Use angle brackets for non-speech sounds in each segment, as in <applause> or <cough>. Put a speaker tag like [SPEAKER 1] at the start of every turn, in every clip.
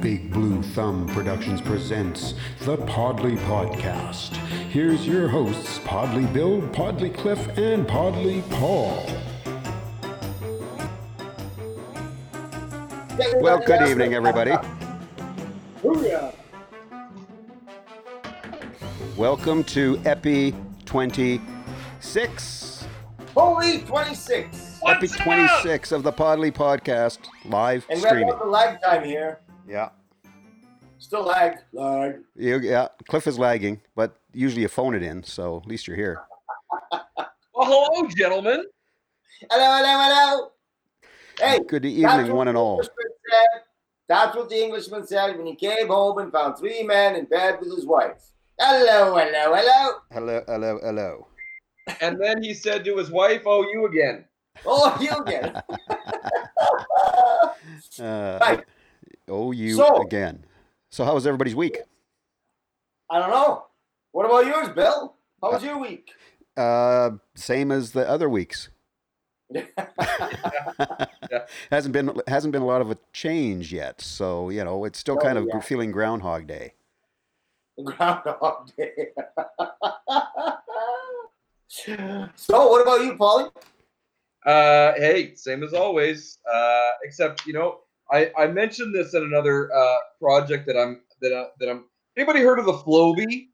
[SPEAKER 1] Big Blue Thumb Productions presents the Podley Podcast. Here's your hosts, Podley Bill, Podley Cliff, and Podley Paul. Well, good evening, everybody.
[SPEAKER 2] Booyah.
[SPEAKER 1] Welcome to Epi 26.
[SPEAKER 2] Holy 26.
[SPEAKER 1] Epi 26 of the Podley Podcast, live
[SPEAKER 2] And wrap
[SPEAKER 1] streaming.
[SPEAKER 2] up the lag time here.
[SPEAKER 1] Yeah.
[SPEAKER 2] Still lag. Lag.
[SPEAKER 1] You, yeah, Cliff is lagging, but usually you phone it in, so at least you're here.
[SPEAKER 3] Well, hello, gentlemen.
[SPEAKER 2] Hello, hello, hello. Hey,
[SPEAKER 1] Good
[SPEAKER 2] that's
[SPEAKER 1] evening,
[SPEAKER 2] what
[SPEAKER 1] one and
[SPEAKER 2] the
[SPEAKER 1] all.
[SPEAKER 2] Englishman said. That's what the Englishman said when he came home and found three men in bed with his wife. Hello, hello, hello.
[SPEAKER 1] Hello, hello, hello.
[SPEAKER 3] And then he said to his wife, "Oh, you again."
[SPEAKER 2] Oh, <laughs> you again.
[SPEAKER 1] <laughs> Uh,
[SPEAKER 2] Right.
[SPEAKER 1] Oh, you
[SPEAKER 2] So-
[SPEAKER 1] again. So, how was everybody's week?
[SPEAKER 2] I don't know. What about yours, Bill? How was your week?
[SPEAKER 1] Uh, same as the other
[SPEAKER 3] <laughs>
[SPEAKER 1] weeks. hasn't been hasn't been a lot of a change yet. So you know, it's
[SPEAKER 3] Oh,
[SPEAKER 1] still
[SPEAKER 2] No,
[SPEAKER 1] kind of
[SPEAKER 2] yeah.
[SPEAKER 1] feeling Groundhog Day.
[SPEAKER 2] <laughs> Groundhog Day. so, what about you, Paulie?
[SPEAKER 3] Uh, hey, same as always. Uh, except you know, I, I mentioned this in another uh, project that I'm that I, that I'm. Anybody heard of the Floby?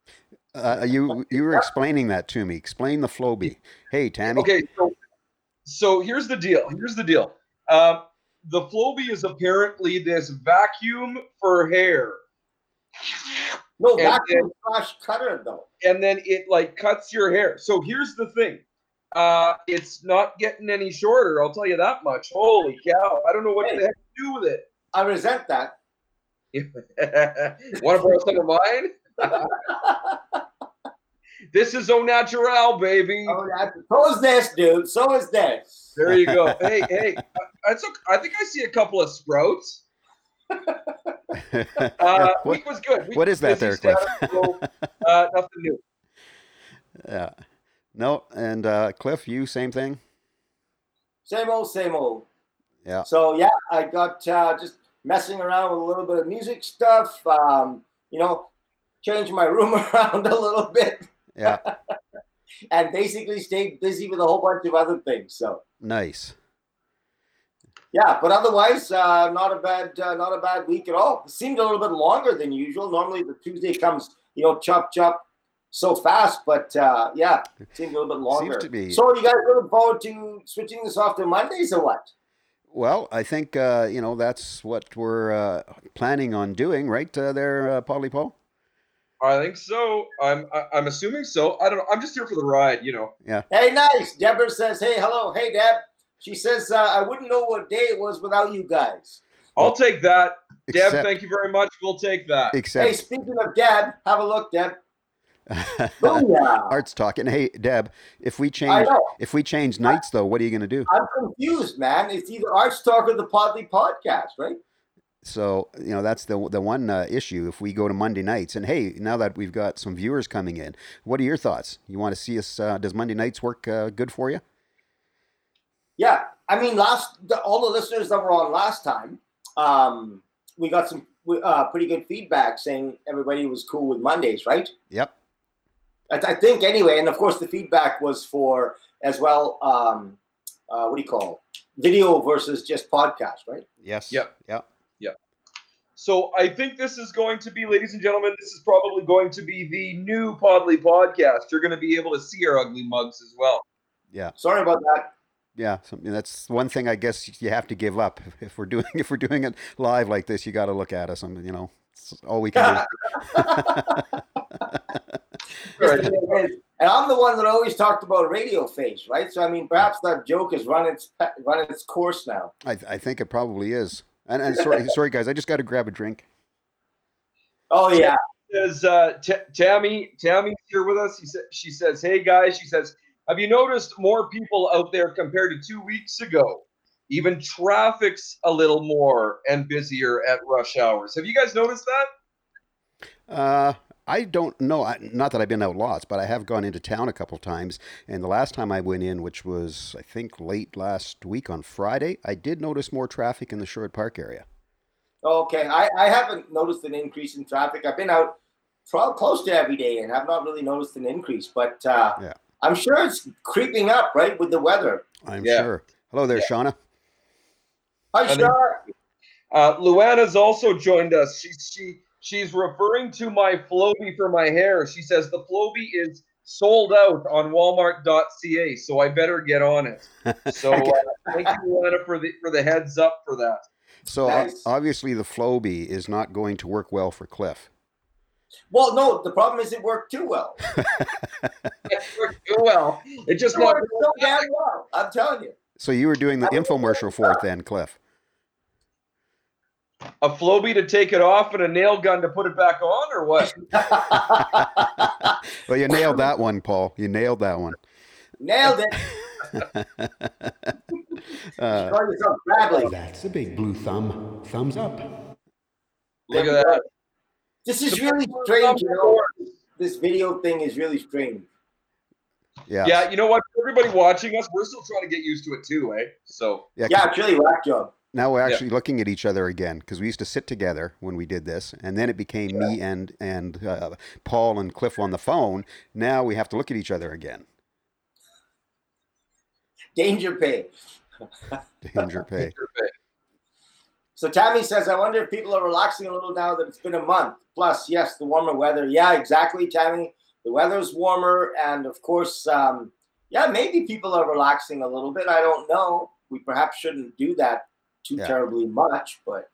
[SPEAKER 1] Uh, you you were explaining that to me. Explain the Floby. Hey, Tammy.
[SPEAKER 3] Okay, so so here's the deal. Here's the deal. Um, the Floby is apparently this vacuum for hair,
[SPEAKER 2] No,
[SPEAKER 3] And
[SPEAKER 2] vacuum slash cutter, though.
[SPEAKER 3] and then it like cuts your hair. So here's the thing. Uh, it's not getting any shorter. I'll tell you that much. Holy cow! I don't know what the heck to do with it.
[SPEAKER 2] I resent that.
[SPEAKER 3] <laughs> Want to borrow some of mine? <laughs> this is au natural, baby.
[SPEAKER 2] Oh, I propose this, dude. So is this.
[SPEAKER 3] There you go. Hey, hey, I, I, took, I think I see a couple of sprouts.
[SPEAKER 1] <laughs>
[SPEAKER 3] Uh,
[SPEAKER 1] What-
[SPEAKER 3] week was good. Week
[SPEAKER 1] what is
[SPEAKER 3] was
[SPEAKER 1] that there,
[SPEAKER 3] busy, status quo, uh, nothing new.
[SPEAKER 1] Yeah. No, and uh, Cliff, you same thing.
[SPEAKER 2] Same old, same old.
[SPEAKER 1] Yeah.
[SPEAKER 2] So yeah, I got uh, just messing around with a little bit of music stuff. Um, you know, changed my <laughs> room around a little bit,
[SPEAKER 3] <laughs>
[SPEAKER 1] Yeah,
[SPEAKER 2] and basically stayed busy with a whole bunch of other things. So
[SPEAKER 1] nice.
[SPEAKER 2] yeah, but otherwise, uh, not a bad, uh, not a bad week at all. It seemed a little bit longer than usual. Normally, the Tuesday comes, you know, chop chop. So fast, but uh, yeah, it seemed a little bit longer.
[SPEAKER 1] to be-
[SPEAKER 2] So, you guys looking forward to switching this off to Mondays or what?
[SPEAKER 1] Well, I think uh, you know that's what we're uh, planning on doing, right uh, there, uh, Polly Paul.
[SPEAKER 3] I think so. I'm, I, I'm assuming so. I don't know. I'm just here for the ride, you know.
[SPEAKER 2] Hey, nice. Deborah says, "Hey, hello, hey, Deb." She says, uh, "I wouldn't know what day it was without you guys."
[SPEAKER 3] I'll take that. Deb,
[SPEAKER 1] Except,
[SPEAKER 3] thank you very much. We'll take that.
[SPEAKER 2] Hey,
[SPEAKER 1] except
[SPEAKER 2] speaking of Deb, have a look, Deb.
[SPEAKER 1] <laughs>
[SPEAKER 2] Booyah.
[SPEAKER 1] Art's talking. Hey, Deb, if we
[SPEAKER 2] I
[SPEAKER 1] change
[SPEAKER 2] know.
[SPEAKER 1] if we change nights though, what are you going to do?
[SPEAKER 2] I'm confused, man. It's either Arts Talk or the Podley Podcast, right?
[SPEAKER 1] So you know that's the the one uh, issue. If we go to Monday nights, and hey, now that we've got some viewers coming in, what are your thoughts? You want to see us? Uh, does Monday nights work uh, good for you?
[SPEAKER 2] Yeah. I mean, last the, all the listeners that were on last time, um, we got some uh, pretty good feedback saying everybody was cool with Mondays, right?
[SPEAKER 1] Yep.
[SPEAKER 2] I, I think anyway, and of course the feedback was for as well. Um, uh, what do you call it? video versus just podcast, right?
[SPEAKER 1] Yes.
[SPEAKER 3] Yep.
[SPEAKER 1] Yep.
[SPEAKER 3] So I think this is going to be, ladies and gentlemen, this is probably going to be the new Podley podcast. You're going to be able to see our ugly mugs as well.
[SPEAKER 1] Yeah.
[SPEAKER 2] Sorry about that.
[SPEAKER 1] Yeah. So, I mean, that's one thing I guess you have to give up <laughs> if we're doing if we're doing it live like this. You got to look at us. and you know, it's all we
[SPEAKER 2] <laughs>
[SPEAKER 1] can do.
[SPEAKER 2] Just the way it is. And I'm the one that always talked about radio face, right? So I mean, perhaps that joke has run its pe- run its course now.
[SPEAKER 1] I, I think it probably is. And, and sorry, sorry guys, I just got to grab a drink.
[SPEAKER 2] Oh yeah,
[SPEAKER 3] Says uh, T- Tammy. Tammy's here with us. He sa- she says, "Hey guys," she says, "Have you noticed more people out there compared to two weeks ago? Even traffic's a little more and busier at rush hours. Have you guys noticed that?"
[SPEAKER 1] Uh, I don't know. I, not that I've been out lots, but I have gone into town a couple times. And the last time I went in, which was I think late last week on Friday, I did notice more traffic in the Sherwood Park area.
[SPEAKER 2] Okay, I, I haven't noticed an increase in traffic. I've been out probably close to every day, and I've not really noticed an increase. But uh,
[SPEAKER 1] Yeah.
[SPEAKER 2] I'm sure it's creeping up, right, with the weather.
[SPEAKER 1] I'm
[SPEAKER 3] Yeah.
[SPEAKER 1] sure. Hello there, Shauna.
[SPEAKER 2] Hi,
[SPEAKER 3] And-
[SPEAKER 2] Shar.
[SPEAKER 3] Uh, Luana's also joined us. She, she she's referring to my Floby for my hair. She says the Floby is sold out on Walmart.ca, so I better get on it. So uh, thank you, Luana, for the for the heads up for that. <laughs>
[SPEAKER 1] So
[SPEAKER 2] Nice.
[SPEAKER 1] o- obviously the Floby is not going to work well for Cliff.
[SPEAKER 2] Well, no, the problem is it worked too well.
[SPEAKER 3] well, it just
[SPEAKER 2] It
[SPEAKER 3] not.
[SPEAKER 2] worked so damn well. I'm telling you. <laughs>
[SPEAKER 1] So you were doing the infomercial for it then, Cliff.
[SPEAKER 3] a Floby to take it off and a nail gun to put it back on, or what?
[SPEAKER 1] Well, you nailed that one, Paul. You nailed that one. <laughs>
[SPEAKER 2] Nailed it.
[SPEAKER 1] Uh,
[SPEAKER 2] Call yourself Bradley.
[SPEAKER 4] That's a big blue thumb. Thumbs up.
[SPEAKER 3] Look at that.
[SPEAKER 2] This is really strange. You know, this video thing is really strange.
[SPEAKER 1] yeah. yeah.
[SPEAKER 3] Yeah, you know what? Everybody watching us, we're still trying to get used to it too, eh? So
[SPEAKER 1] 'cause
[SPEAKER 2] Yeah, it's really whack job.
[SPEAKER 1] Now we're
[SPEAKER 3] Yeah.
[SPEAKER 1] actually looking at each other again because we used to sit together when we did this, and then it became me and and uh, Paul and Cliff on the phone. Now we have to look at each other again.
[SPEAKER 2] Danger pay.
[SPEAKER 1] Danger pay.
[SPEAKER 2] So Tammy says, I wonder if people are relaxing a little now that it's been a month. Plus, yes, the warmer weather. Yeah, exactly, Tammy. The weather's warmer, and of course, um, yeah, maybe people are relaxing a little bit. I don't know. We perhaps shouldn't do that too
[SPEAKER 1] Yeah.
[SPEAKER 2] terribly much, but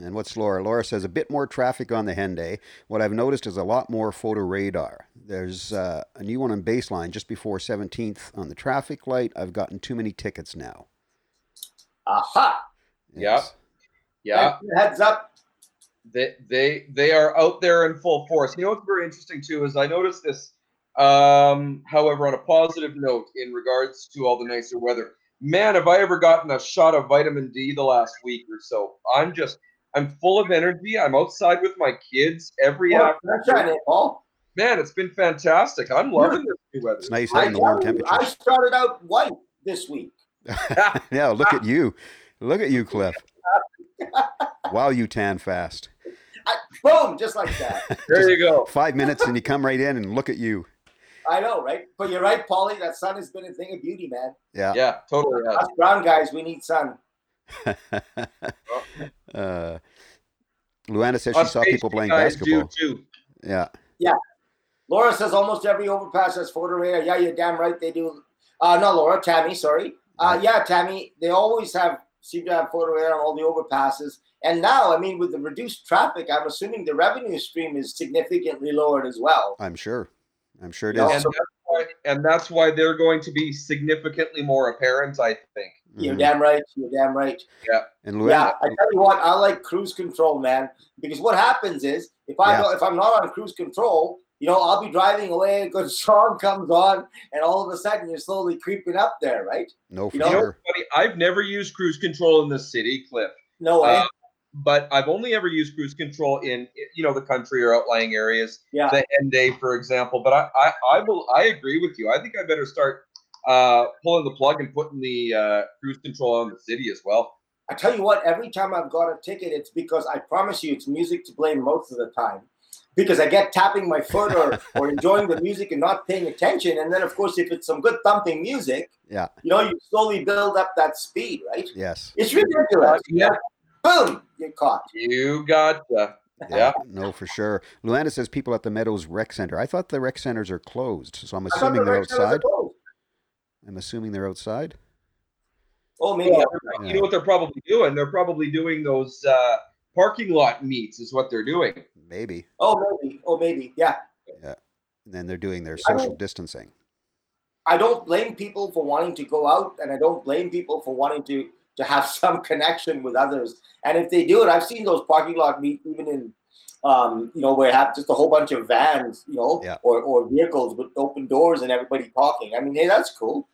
[SPEAKER 1] And what's Laura? Laura says a bit more traffic on the Henday. What I've noticed is a lot more photo radar. There's uh, a new one on baseline just before 17th on the traffic light. I've gotten too many tickets now.
[SPEAKER 2] aha!
[SPEAKER 3] Yeah. yeah,
[SPEAKER 2] Thanks for the Heads up.
[SPEAKER 3] they they they are out there in full force. You know what's very interesting too is I noticed this. Um, however, on a positive note, in regards to all the nicer weather, man, have I ever gotten a shot of vitamin D the last week or so? I'm just I'm full of energy. I'm outside with my kids every
[SPEAKER 2] Yeah,
[SPEAKER 3] afternoon.
[SPEAKER 2] that's right, Paul.
[SPEAKER 3] Man, it's been fantastic. I'm loving this new weather.
[SPEAKER 1] It's nice
[SPEAKER 2] I,
[SPEAKER 1] having the warm
[SPEAKER 2] tell you, I
[SPEAKER 1] temperatures.
[SPEAKER 2] started out white this week.
[SPEAKER 1] <laughs> Yeah, look at you. Look at you, Cliff. Wow, you tan fast.
[SPEAKER 2] Boom, just like that.
[SPEAKER 1] <laughs>
[SPEAKER 3] There you go.
[SPEAKER 1] Five minutes and you come right in and look at you.
[SPEAKER 2] I know, right? But you're right, Paulie. That sun has been a thing of beauty, man.
[SPEAKER 1] Yeah.
[SPEAKER 3] Yeah, totally. yeah.
[SPEAKER 2] Us brown guys, we need sun.
[SPEAKER 1] <laughs> uh, Luana says she
[SPEAKER 3] Us
[SPEAKER 1] saw people
[SPEAKER 3] pasty
[SPEAKER 1] playing
[SPEAKER 3] guys
[SPEAKER 1] basketball.
[SPEAKER 3] Do too.
[SPEAKER 1] Yeah.
[SPEAKER 2] Laura says almost every overpass has photo radar. Yeah, you're damn right they do. Uh, not Laura, Tammy, sorry. Uh, yeah, Tammy, they always have seem to have photo radar on all the overpasses. And now, I mean, with the reduced traffic, I'm assuming the revenue stream is significantly lowered as well.
[SPEAKER 1] I'm sure. I'm sure it
[SPEAKER 2] No.
[SPEAKER 1] is.
[SPEAKER 3] And that's, why, and that's why they're going to be significantly more apparent, I think.
[SPEAKER 2] You're
[SPEAKER 1] Mhm.
[SPEAKER 2] damn right. You're damn right.
[SPEAKER 1] And
[SPEAKER 2] Yeah,
[SPEAKER 1] Luana,
[SPEAKER 2] I tell you what, I like cruise control, man. Because what happens is, if I
[SPEAKER 1] Yeah.
[SPEAKER 2] don't, if I'm not on cruise control, you know, I'll be driving away. A good <laughs> song comes on, and all of a sudden, you're slowly creeping up there, right?
[SPEAKER 1] no, for
[SPEAKER 2] You know-
[SPEAKER 3] You know,
[SPEAKER 1] sure.
[SPEAKER 3] buddy, I've never used cruise control in the city, Cliff,
[SPEAKER 2] No way.
[SPEAKER 3] Uh, but I've only ever used cruise control in, you know, the country or outlying areas,
[SPEAKER 2] yeah.
[SPEAKER 3] the end day, for example. But I, I, I, will, I agree with you. I think I better start uh, pulling the plug and putting the uh, cruise control on the city as well.
[SPEAKER 2] I tell you what, every time I've got a ticket, it's because I promise you it's music to blame most of the time. Because I get tapping my foot or, or enjoying the music and not paying attention. And then, of course, if it's some good thumping music,
[SPEAKER 1] Yeah.
[SPEAKER 2] you know, you slowly build up that speed, right?
[SPEAKER 1] Yes.
[SPEAKER 2] It's ridiculous.
[SPEAKER 3] Yeah.
[SPEAKER 2] Boom, you're caught.
[SPEAKER 3] You gotcha. Yeah.
[SPEAKER 1] No, for sure. Luana says people at the Meadows Rec Center. I thought the rec centers are closed, so I'm
[SPEAKER 2] I thought
[SPEAKER 1] assuming
[SPEAKER 2] the
[SPEAKER 1] they're
[SPEAKER 2] red center was
[SPEAKER 1] outside.
[SPEAKER 2] closed.
[SPEAKER 1] I'm assuming they're outside.
[SPEAKER 2] Oh, maybe.
[SPEAKER 3] Yeah.
[SPEAKER 2] I'm-
[SPEAKER 3] You know what they're probably doing? They're probably doing those uh, parking lot meets, is what they're doing.
[SPEAKER 1] Maybe.
[SPEAKER 2] Oh, maybe. Oh, maybe. Yeah.
[SPEAKER 1] And then they're doing their
[SPEAKER 2] I mean-
[SPEAKER 1] social distancing.
[SPEAKER 2] I don't blame people for wanting to go out, and I don't blame people for wanting to to have <laughs> some connection with others. And if they do it, I've seen those parking lot meet even in um, you know where you have just a whole bunch of vans, you know,
[SPEAKER 1] Yeah.
[SPEAKER 2] or or vehicles with open doors and everybody talking. I mean, hey, that's cool.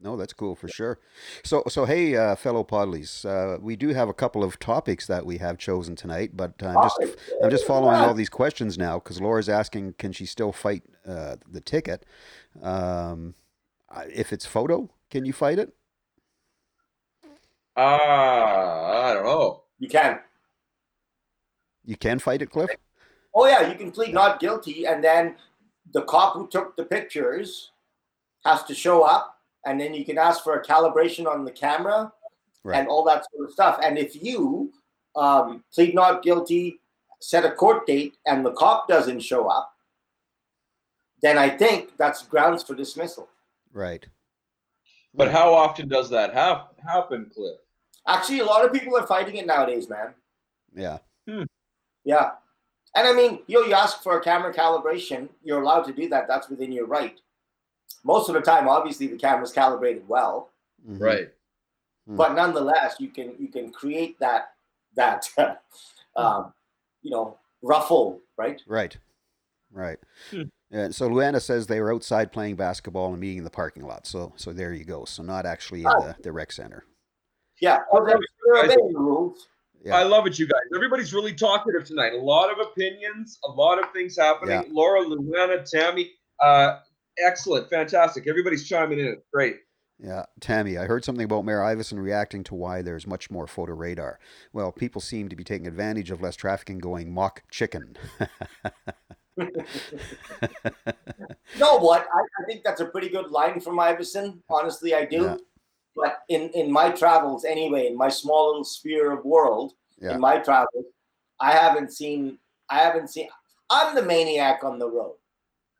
[SPEAKER 1] No, that's cool for sure. So, so hey, uh, fellow Podleys, uh, we do have a couple of topics that we have chosen tonight, but uh, I'm just I'm just following all these questions now because Laura's asking, can she still fight uh, the ticket? Um, I- if it's photo, can you fight it?
[SPEAKER 3] Ah, I don't know.
[SPEAKER 2] You can.
[SPEAKER 1] You can fight it, Cliff.
[SPEAKER 2] Oh yeah, you can plead not guilty, and then the cop who took the pictures has to show up, and then you can ask for a calibration on the camera
[SPEAKER 1] Right.
[SPEAKER 2] and all that sort of stuff. And if you um, plead not guilty, set a court date, and the cop doesn't show up, then I think that's grounds for dismissal.
[SPEAKER 1] Right.
[SPEAKER 3] But how often does that hap- happen, Cliff?
[SPEAKER 2] Actually, a lot of people are fighting it nowadays, man.
[SPEAKER 1] Yeah.
[SPEAKER 2] Yeah. And I mean, you know, you ask for a camera calibration, you're allowed to do that. That's within your right. Most of the time, obviously, the camera's calibrated well,
[SPEAKER 1] Mhm.
[SPEAKER 3] Right.
[SPEAKER 1] Mm.
[SPEAKER 2] but nonetheless, you can you can create that that <laughs> um, you know ruffle, right?
[SPEAKER 1] Right. Right.
[SPEAKER 3] Hmm.
[SPEAKER 1] And so Luana says they were outside playing basketball and meeting in the parking lot. So so there you go. So not actually
[SPEAKER 3] Ah.
[SPEAKER 1] in the, the rec center.
[SPEAKER 2] Yeah. Well, there's there are
[SPEAKER 3] Guys-
[SPEAKER 2] many rules.
[SPEAKER 1] Yeah.
[SPEAKER 3] I love it, you guys. Everybody's really talkative tonight. A lot of opinions, a lot of things happening.
[SPEAKER 1] Yeah.
[SPEAKER 3] Laura, Luana, Tammy, uh, excellent, fantastic. Everybody's chiming in. It's Great.
[SPEAKER 1] Yeah, Tammy, I heard something about Mayor Iverson reacting to why there's much more photo radar. Well, people seem to be taking advantage of less trafficking going mock chicken.
[SPEAKER 2] You know what? I, I think that's a pretty good line from Iverson. Honestly, I do.
[SPEAKER 1] Yeah.
[SPEAKER 2] But in in my travels, anyway, in my small little sphere of world,
[SPEAKER 1] Yeah.
[SPEAKER 2] in my travels, I haven't seen. I haven't seen. I'm the maniac on the road,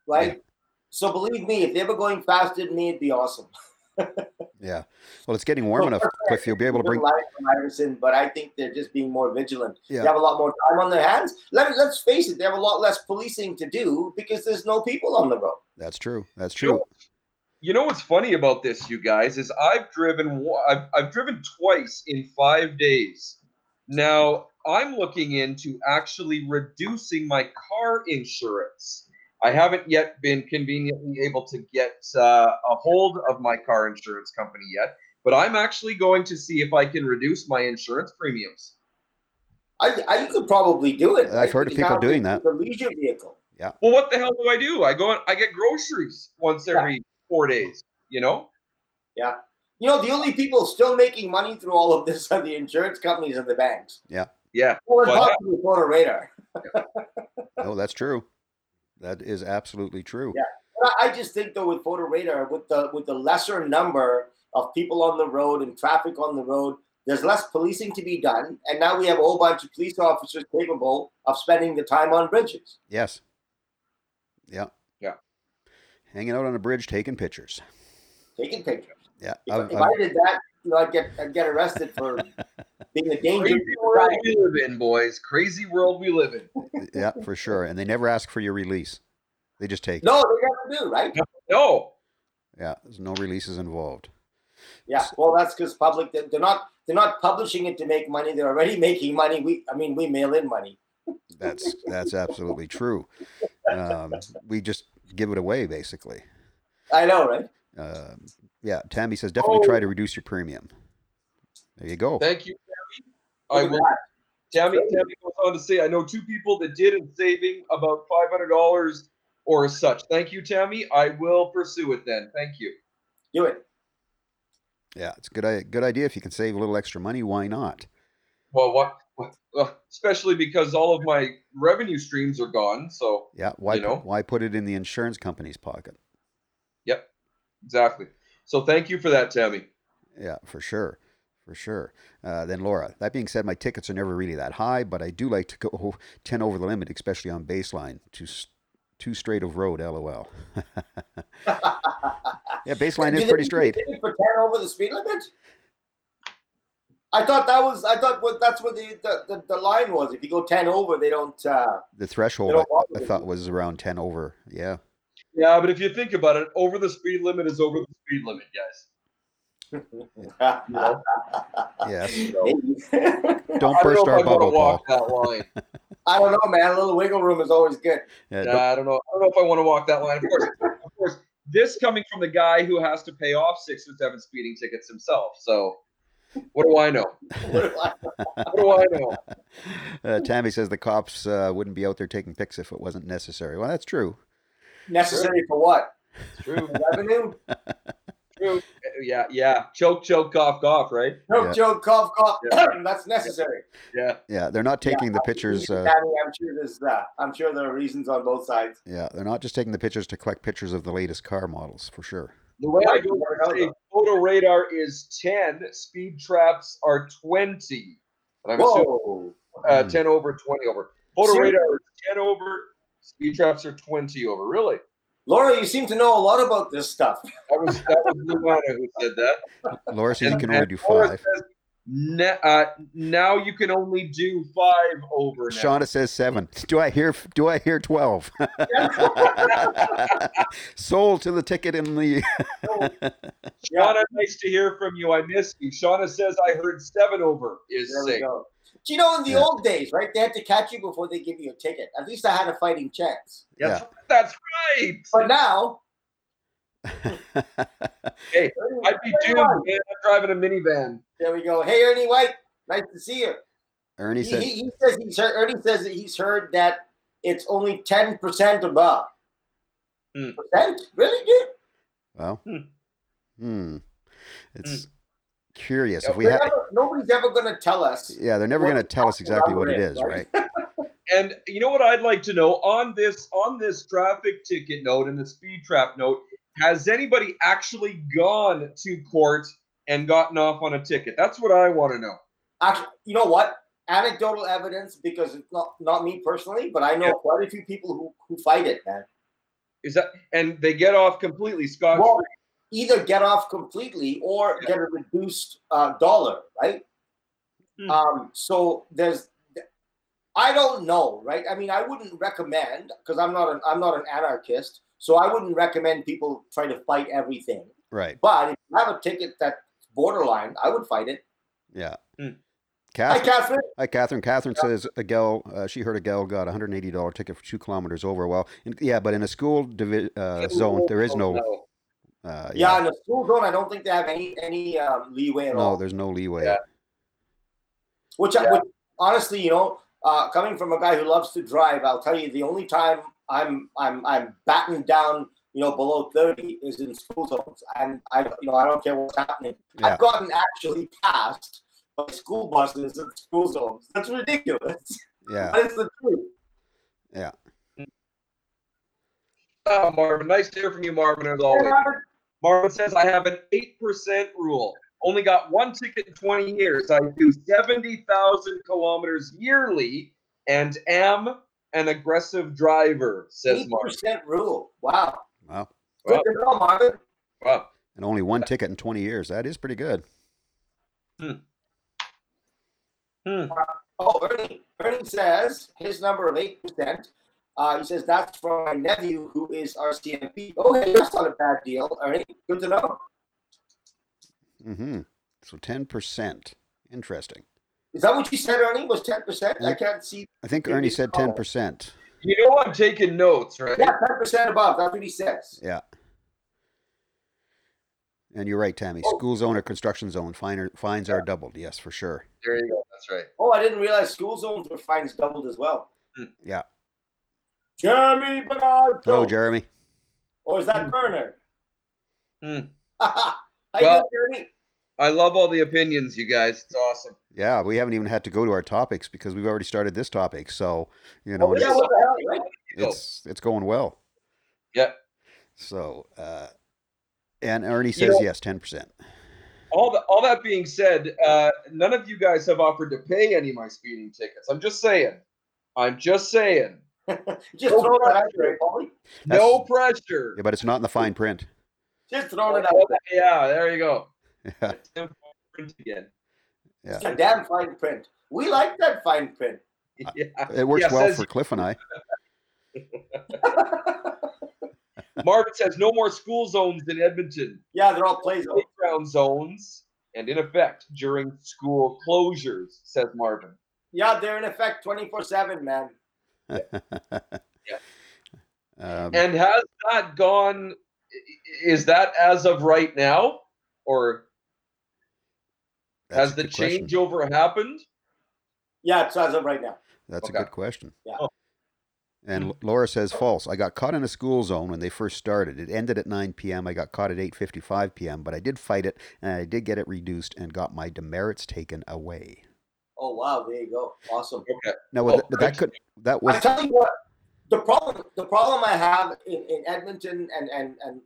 [SPEAKER 2] right?
[SPEAKER 1] Yeah.
[SPEAKER 2] So believe me, if they were going faster than me, it'd be awesome.
[SPEAKER 1] yeah. Well, it's getting warm enough, Cliff. You'll be able to
[SPEAKER 2] <laughs>
[SPEAKER 1] bring.
[SPEAKER 2] Good line from Iverson, but I think they're just being more vigilant. They
[SPEAKER 1] Yeah,
[SPEAKER 2] have a lot more time on their hands. Let, let's face it, they have a lot less policing to do because there's no people on the road.
[SPEAKER 1] that's true. That's true.
[SPEAKER 3] You know what's funny about this, you guys, is I've driven wa- I've, I've driven twice in five days. Now I'm looking into actually reducing my car insurance. I haven't yet been conveniently able to get uh, a hold of my car insurance company yet, but I'm actually going to see if I can reduce my insurance premiums.
[SPEAKER 2] I, I, you could probably do it.
[SPEAKER 1] I've
[SPEAKER 2] right?
[SPEAKER 1] heard of
[SPEAKER 2] You
[SPEAKER 1] people
[SPEAKER 2] can't
[SPEAKER 1] doing
[SPEAKER 2] wait
[SPEAKER 1] that.
[SPEAKER 2] for The leisure vehicle.
[SPEAKER 3] Well, what the hell do I do? I go and I get groceries once
[SPEAKER 2] Yeah.
[SPEAKER 3] every four days. You know?
[SPEAKER 2] You know, the only people still making money through all of this are the insurance companies and the banks.
[SPEAKER 3] Yeah.
[SPEAKER 2] Well,
[SPEAKER 3] Well,
[SPEAKER 2] it's not through Photo Radar.
[SPEAKER 1] No, that's true. That is absolutely true.
[SPEAKER 2] Yeah. But I I just think though with Photo Radar, with the with the lesser number of people on the road and traffic on the road, there's less policing to be done, and now we have a whole bunch of police officers capable of spending the time on bridges.
[SPEAKER 1] Yes. Yeah.
[SPEAKER 3] Yeah.
[SPEAKER 1] Hanging out on a bridge, taking pictures.
[SPEAKER 2] taking pictures.
[SPEAKER 1] Yeah.
[SPEAKER 2] If,
[SPEAKER 1] I've-
[SPEAKER 2] if
[SPEAKER 1] I've-
[SPEAKER 2] I did that, you know, I'd get I'd get arrested for being a danger.
[SPEAKER 3] Crazy
[SPEAKER 2] to
[SPEAKER 3] world
[SPEAKER 2] society.
[SPEAKER 3] we live in, boys. Crazy world we live in.
[SPEAKER 1] yeah, for sure. And they never ask for your release. They just take. it.
[SPEAKER 2] No, they never do, right?
[SPEAKER 3] No.
[SPEAKER 1] Yeah. There's no releases involved.
[SPEAKER 2] Yeah. Well, that's because public they're they're not they're not publishing it to make money. They're already making money. We I mean we mail in money.
[SPEAKER 1] That's that's absolutely true. Um, we just give it away basically.
[SPEAKER 2] I know, right?
[SPEAKER 1] Um, yeah, Tammy says definitely try to reduce your premium. There you go.
[SPEAKER 3] Oh. Thank you, Tammy. I
[SPEAKER 2] Look at
[SPEAKER 3] will.
[SPEAKER 2] that.
[SPEAKER 3] Tammy, Tammy goes on to say, I know two people that did in saving about five hundred dollars or such. Thank you, Tammy. I will pursue it then. Thank you.
[SPEAKER 2] Do it.
[SPEAKER 1] Yeah, it's a good i- good idea if you can save a little extra money. Why not?
[SPEAKER 3] Well, what? what ugh, especially because all of my revenue streams are gone. So
[SPEAKER 1] Yeah, why
[SPEAKER 3] You know?
[SPEAKER 1] why put it in the insurance company's pocket?
[SPEAKER 3] exactly. So thank you for that, Tammy.
[SPEAKER 1] Yeah, for sure, for sure. Uh, then Laura. That being said, my tickets are never really that high, but I do like to go <laughs> ten over the limit, especially on baseline to s- two straight of road. LOL. <laughs> yeah, baseline
[SPEAKER 3] <laughs>
[SPEAKER 2] Do
[SPEAKER 1] is
[SPEAKER 2] they-
[SPEAKER 1] pretty straight.
[SPEAKER 2] do they For ten over the speed limit. I thought that was I thought what that's what the, the, the, the line was. If you go ten over, they don't. Uh,
[SPEAKER 1] The
[SPEAKER 2] they
[SPEAKER 1] threshold
[SPEAKER 2] don't
[SPEAKER 1] I,
[SPEAKER 2] bother
[SPEAKER 1] Oh, I
[SPEAKER 2] with
[SPEAKER 1] thought
[SPEAKER 2] you.
[SPEAKER 1] was around ten over.
[SPEAKER 3] <laughs>
[SPEAKER 1] Yeah,
[SPEAKER 3] Yeah, but if you think about it, over the speed limit is over the speed limit, guys. You know?
[SPEAKER 1] yes.
[SPEAKER 2] <laughs> Maybe.
[SPEAKER 1] Don't
[SPEAKER 3] I don't
[SPEAKER 1] burst
[SPEAKER 3] know if
[SPEAKER 1] our
[SPEAKER 3] I'm gonna
[SPEAKER 1] bubble, Paul.
[SPEAKER 3] walk that line.
[SPEAKER 2] I don't know, man. A little wiggle room is always good. <laughs>
[SPEAKER 1] Yeah,
[SPEAKER 3] Yeah,
[SPEAKER 1] don't-
[SPEAKER 3] I don't know. I don't know if I want to walk that line. Of course, of course. This coming from the guy who has to pay off six or seven speeding tickets himself. So, what do I know? What do I know?
[SPEAKER 1] Uh, Tammy says the cops uh, wouldn't be out there taking pics if it wasn't necessary. Well, that's true.
[SPEAKER 2] Necessary for what?
[SPEAKER 3] True.
[SPEAKER 2] Revenue?
[SPEAKER 3] yeah, yeah. Choke, choke, cough, cough, right?
[SPEAKER 2] Joke,
[SPEAKER 1] Yeah.
[SPEAKER 2] joke, cough, cough.
[SPEAKER 3] Yeah.
[SPEAKER 2] <clears throat> That's necessary.
[SPEAKER 3] Yeah.
[SPEAKER 1] Yeah, they're not taking the pictures. Uh,
[SPEAKER 2] Danny, I'm sure there's. Uh, I'm sure there are reasons on both sides.
[SPEAKER 1] yeah, they're not just taking the pictures to collect pictures of the latest car models for
[SPEAKER 3] <laughs>
[SPEAKER 1] sure.
[SPEAKER 3] The way I
[SPEAKER 2] Right,
[SPEAKER 3] go
[SPEAKER 2] you never know,
[SPEAKER 3] say
[SPEAKER 2] though.
[SPEAKER 3] photo radar is 10, speed traps are 20. And I'm assuming
[SPEAKER 2] Whoa.
[SPEAKER 3] uh,
[SPEAKER 1] Mm.
[SPEAKER 3] 10 over, 20 over. Photo
[SPEAKER 2] Seriously?
[SPEAKER 3] radar is 10 over, speed traps are 20 over. Really?
[SPEAKER 2] Laura, you seem to know a lot about this
[SPEAKER 3] <laughs>
[SPEAKER 2] stuff.
[SPEAKER 3] That was that was Luana who said that.
[SPEAKER 1] Laura says you
[SPEAKER 3] And-
[SPEAKER 1] can only
[SPEAKER 3] and
[SPEAKER 1] do
[SPEAKER 3] Laura
[SPEAKER 1] five.
[SPEAKER 3] says, "Ne- uh, now you can only do five over. Now.
[SPEAKER 1] Shauna says seven. <laughs> Do I hear? Do I hear
[SPEAKER 3] <laughs>
[SPEAKER 1] twelve? <laughs> Sold to the ticket in the. <laughs>
[SPEAKER 2] Yeah.
[SPEAKER 3] Shauna, nice to hear from you. I miss you. Shauna says I heard seven over is
[SPEAKER 2] There we
[SPEAKER 3] six.
[SPEAKER 2] go. Do you know in the
[SPEAKER 1] Yeah.
[SPEAKER 2] old days, right? They had to catch you before they give you a ticket. At least I had a fighting chance.
[SPEAKER 3] That's, that's right.
[SPEAKER 2] But now,
[SPEAKER 3] Hey,
[SPEAKER 2] Ernie-
[SPEAKER 3] I'd be
[SPEAKER 2] Ernie
[SPEAKER 3] doomed,
[SPEAKER 2] White.
[SPEAKER 3] man. I'm driving a minivan.
[SPEAKER 2] There we go. Hey, Ernie White, nice to see you.
[SPEAKER 1] Ernie
[SPEAKER 2] He,
[SPEAKER 1] says
[SPEAKER 2] he, he says he's heard, Ernie says that he's heard that it's only ten percent above.
[SPEAKER 3] Hmm.
[SPEAKER 2] Percent? Really, dude?
[SPEAKER 1] Well,
[SPEAKER 3] Hmm.
[SPEAKER 1] hmm. It's curious if
[SPEAKER 3] Yeah,
[SPEAKER 1] we
[SPEAKER 2] They're
[SPEAKER 1] have.
[SPEAKER 2] never- nobody's ever going to tell us.
[SPEAKER 1] Yeah, they're never
[SPEAKER 2] what
[SPEAKER 1] going to tell us
[SPEAKER 2] the
[SPEAKER 1] exactly what it
[SPEAKER 2] number
[SPEAKER 1] is,
[SPEAKER 2] is,
[SPEAKER 1] right?
[SPEAKER 2] <laughs> right?
[SPEAKER 3] And you know what I'd like to know on this on this traffic ticket note and the speed trap note, has anybody actually gone to court and gotten off on a ticket? That's what I want to know.
[SPEAKER 2] Actually, you know what? Anecdotal evidence, because it's not not me personally, but I know
[SPEAKER 3] Yeah.
[SPEAKER 2] quite a few people who who fight it, man.
[SPEAKER 3] Is that and they get off completely scotch
[SPEAKER 2] Well, either get off completely or
[SPEAKER 3] Uh, Yeah.
[SPEAKER 2] get a reduced uh, dollar, right?
[SPEAKER 3] Hmm.
[SPEAKER 2] Um, so there's, I don't know, right? I mean, I wouldn't recommend because I'm not an I'm not an anarchist, so I wouldn't recommend people try to fight everything.
[SPEAKER 1] Right.
[SPEAKER 2] But if you have a ticket that's borderline, I would fight it.
[SPEAKER 1] Yeah.
[SPEAKER 3] Mm.
[SPEAKER 2] Hi,
[SPEAKER 1] Catherine,
[SPEAKER 2] Catherine.
[SPEAKER 3] Uh,
[SPEAKER 1] hi, Catherine. Catherine says a gal. Uh, she heard a gal got a hundred and eighty dollar ticket for two kilometers over. Well, in, yeah, but in a school divi- uh, zone, there is
[SPEAKER 3] Oh,
[SPEAKER 1] no. Uh,
[SPEAKER 2] Yeah,
[SPEAKER 1] yeah.
[SPEAKER 2] in the school zone, I don't think they have any any um, leeway at all.
[SPEAKER 1] No, there's no leeway.
[SPEAKER 3] Yeah.
[SPEAKER 2] Which,
[SPEAKER 3] Yeah.
[SPEAKER 2] which honestly, you know, uh, coming from a guy who loves to drive, I'll tell you the only time I'm I'm I'm batting down, you know, below thirty is in school zones, and I you know I don't care what's happening.
[SPEAKER 1] Yeah.
[SPEAKER 2] I've gotten actually passed by school buses in school zones. That's ridiculous.
[SPEAKER 1] Yeah.
[SPEAKER 2] But it's the truth.
[SPEAKER 3] Oh, Marvin, nice to hear from you, Marvin, as always. Marvin says, I have an 8% rule. Only got one ticket in 20 years. I do 70,000 kilometers yearly and am an aggressive driver, says
[SPEAKER 2] Eight
[SPEAKER 3] Marvin.
[SPEAKER 2] percent rule. Wow.
[SPEAKER 1] Wow.
[SPEAKER 2] Good to know, Marvin.
[SPEAKER 3] Wow.
[SPEAKER 1] And only one ticket in twenty years. That is pretty good.
[SPEAKER 3] Hmm.
[SPEAKER 2] Oh, Ernie. Ernie says his number of eight percent. Uh, he says that's from my nephew who is RCMP. Oh, hey, that's not a bad deal, Ernie. Good to know.
[SPEAKER 1] Mm-hmm. So ten percent. Interesting.
[SPEAKER 2] Is that what you said, Ernie? Was ten percent? I can't see.
[SPEAKER 1] I think
[SPEAKER 2] Maybe
[SPEAKER 1] Ernie said
[SPEAKER 2] so.
[SPEAKER 1] ten percent.
[SPEAKER 3] You know I'm taking notes, right?
[SPEAKER 2] Yeah, ten percent above. That's what he says.
[SPEAKER 1] Yeah. And you're right, Tammy.
[SPEAKER 2] Oh.
[SPEAKER 1] School zone or construction zone, fine are- fines are doubled. Yes, for sure.
[SPEAKER 3] There you go. That's right.
[SPEAKER 2] Oh, I didn't realize school zones were fines doubled as well.
[SPEAKER 3] Hmm.
[SPEAKER 1] Mm, Yeah.
[SPEAKER 2] Jeremy Bernard.
[SPEAKER 1] Hello,
[SPEAKER 2] Jones.
[SPEAKER 1] Jeremy.
[SPEAKER 2] Or is that Bernard?
[SPEAKER 3] Hmm.
[SPEAKER 1] Mm.
[SPEAKER 2] <laughs> How
[SPEAKER 3] Well-
[SPEAKER 2] you doing, Jeremy?
[SPEAKER 3] I love all the opinions, you guys. It's awesome.
[SPEAKER 1] Yeah, we haven't even had to go to our topics because we've already started this topic. So, you know,
[SPEAKER 3] Oh,
[SPEAKER 2] Yeah,
[SPEAKER 1] it's,
[SPEAKER 2] what the hell, right?
[SPEAKER 3] You know,
[SPEAKER 1] it's it's going well.
[SPEAKER 3] Yeah.
[SPEAKER 1] So, uh, and Ernie
[SPEAKER 3] know-
[SPEAKER 1] says yes, ten percent.
[SPEAKER 3] all, the, all that being said, uh, none of you guys have offered to pay any of my speeding tickets. I'm just saying. I'm just saying.
[SPEAKER 2] Just
[SPEAKER 3] Oh,
[SPEAKER 2] throwing it out
[SPEAKER 3] Bernard.
[SPEAKER 2] there, Paulie.
[SPEAKER 3] No
[SPEAKER 1] That's-
[SPEAKER 3] pressure.
[SPEAKER 1] Yeah, but it's not in the fine print. <laughs>
[SPEAKER 2] Just throwing it out
[SPEAKER 3] Oh,
[SPEAKER 2] there.
[SPEAKER 3] yeah, there you go.
[SPEAKER 1] Yeah,
[SPEAKER 3] Tim Print
[SPEAKER 1] <laughs>
[SPEAKER 3] again.
[SPEAKER 1] yeah.
[SPEAKER 2] It's a damn fine print. We like that fine print.
[SPEAKER 3] Yeah.
[SPEAKER 1] Uh, It works
[SPEAKER 3] Yeah,
[SPEAKER 1] well
[SPEAKER 3] says-
[SPEAKER 1] for Cliff and I.
[SPEAKER 3] Marvin says no more school zones in Edmonton.
[SPEAKER 2] Yeah, they're all play zones.
[SPEAKER 3] Playground zones and in effect during school closures, says Marvin.
[SPEAKER 2] Yeah, they're in effect 24 7, man.
[SPEAKER 1] <laughs> Um,
[SPEAKER 3] And has that gone? i- i- Is that as of right now, or
[SPEAKER 1] that's a
[SPEAKER 3] has the
[SPEAKER 1] good question.
[SPEAKER 3] changeover happened?
[SPEAKER 2] Yeah, it's as of right now.
[SPEAKER 1] That's
[SPEAKER 3] Okay.
[SPEAKER 1] a good question.
[SPEAKER 2] Yeah.
[SPEAKER 3] Oh.
[SPEAKER 1] And Laura says false. I got caught in a school zone when they first started. It ended at 9 p.m. I got caught at 8:55 p.m. But I did fight it, and I did get it reduced and got my demerits taken away.
[SPEAKER 2] Oh wow! There you go. Awesome.
[SPEAKER 3] Okay.
[SPEAKER 1] Now,
[SPEAKER 3] Oh,
[SPEAKER 1] but that, could that
[SPEAKER 2] I
[SPEAKER 1] was
[SPEAKER 2] tell you what, the problem the problem I have in, in Edmonton and, and and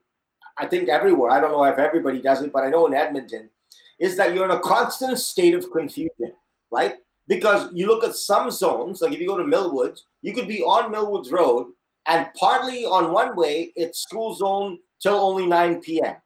[SPEAKER 2] I think everywhere, I don't know if everybody does it, but I know in Edmonton, is that you're in a constant state of confusion, right? Because you look at some zones, like if you go to Millwoods, you could be on Millwoods Road and partly on one way, it's school zone till only 9 p.m.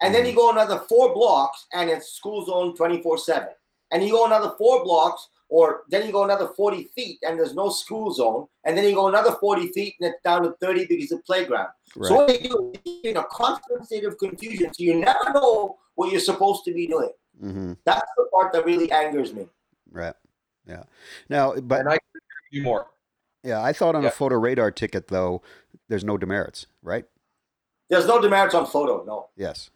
[SPEAKER 2] And then you go another four blocks and it's school zone 24 7. And you go another four blocks or then you go another 40 feet and there's no school zone, and then you go another 40 feet and it's down to 30 because of playground.
[SPEAKER 1] right.
[SPEAKER 2] So what do you do? You're in a constant state of confusion. So you never know what you're supposed to be doing.
[SPEAKER 1] hmm
[SPEAKER 2] That's the part that really angers me.
[SPEAKER 1] Right. Yeah. Now, but
[SPEAKER 3] And I could do more.
[SPEAKER 1] yeah, I thought on
[SPEAKER 3] Yeah.
[SPEAKER 1] a photo radar ticket though, there's no demerits, right?
[SPEAKER 2] There's no demerits on photo, no.
[SPEAKER 1] Yes.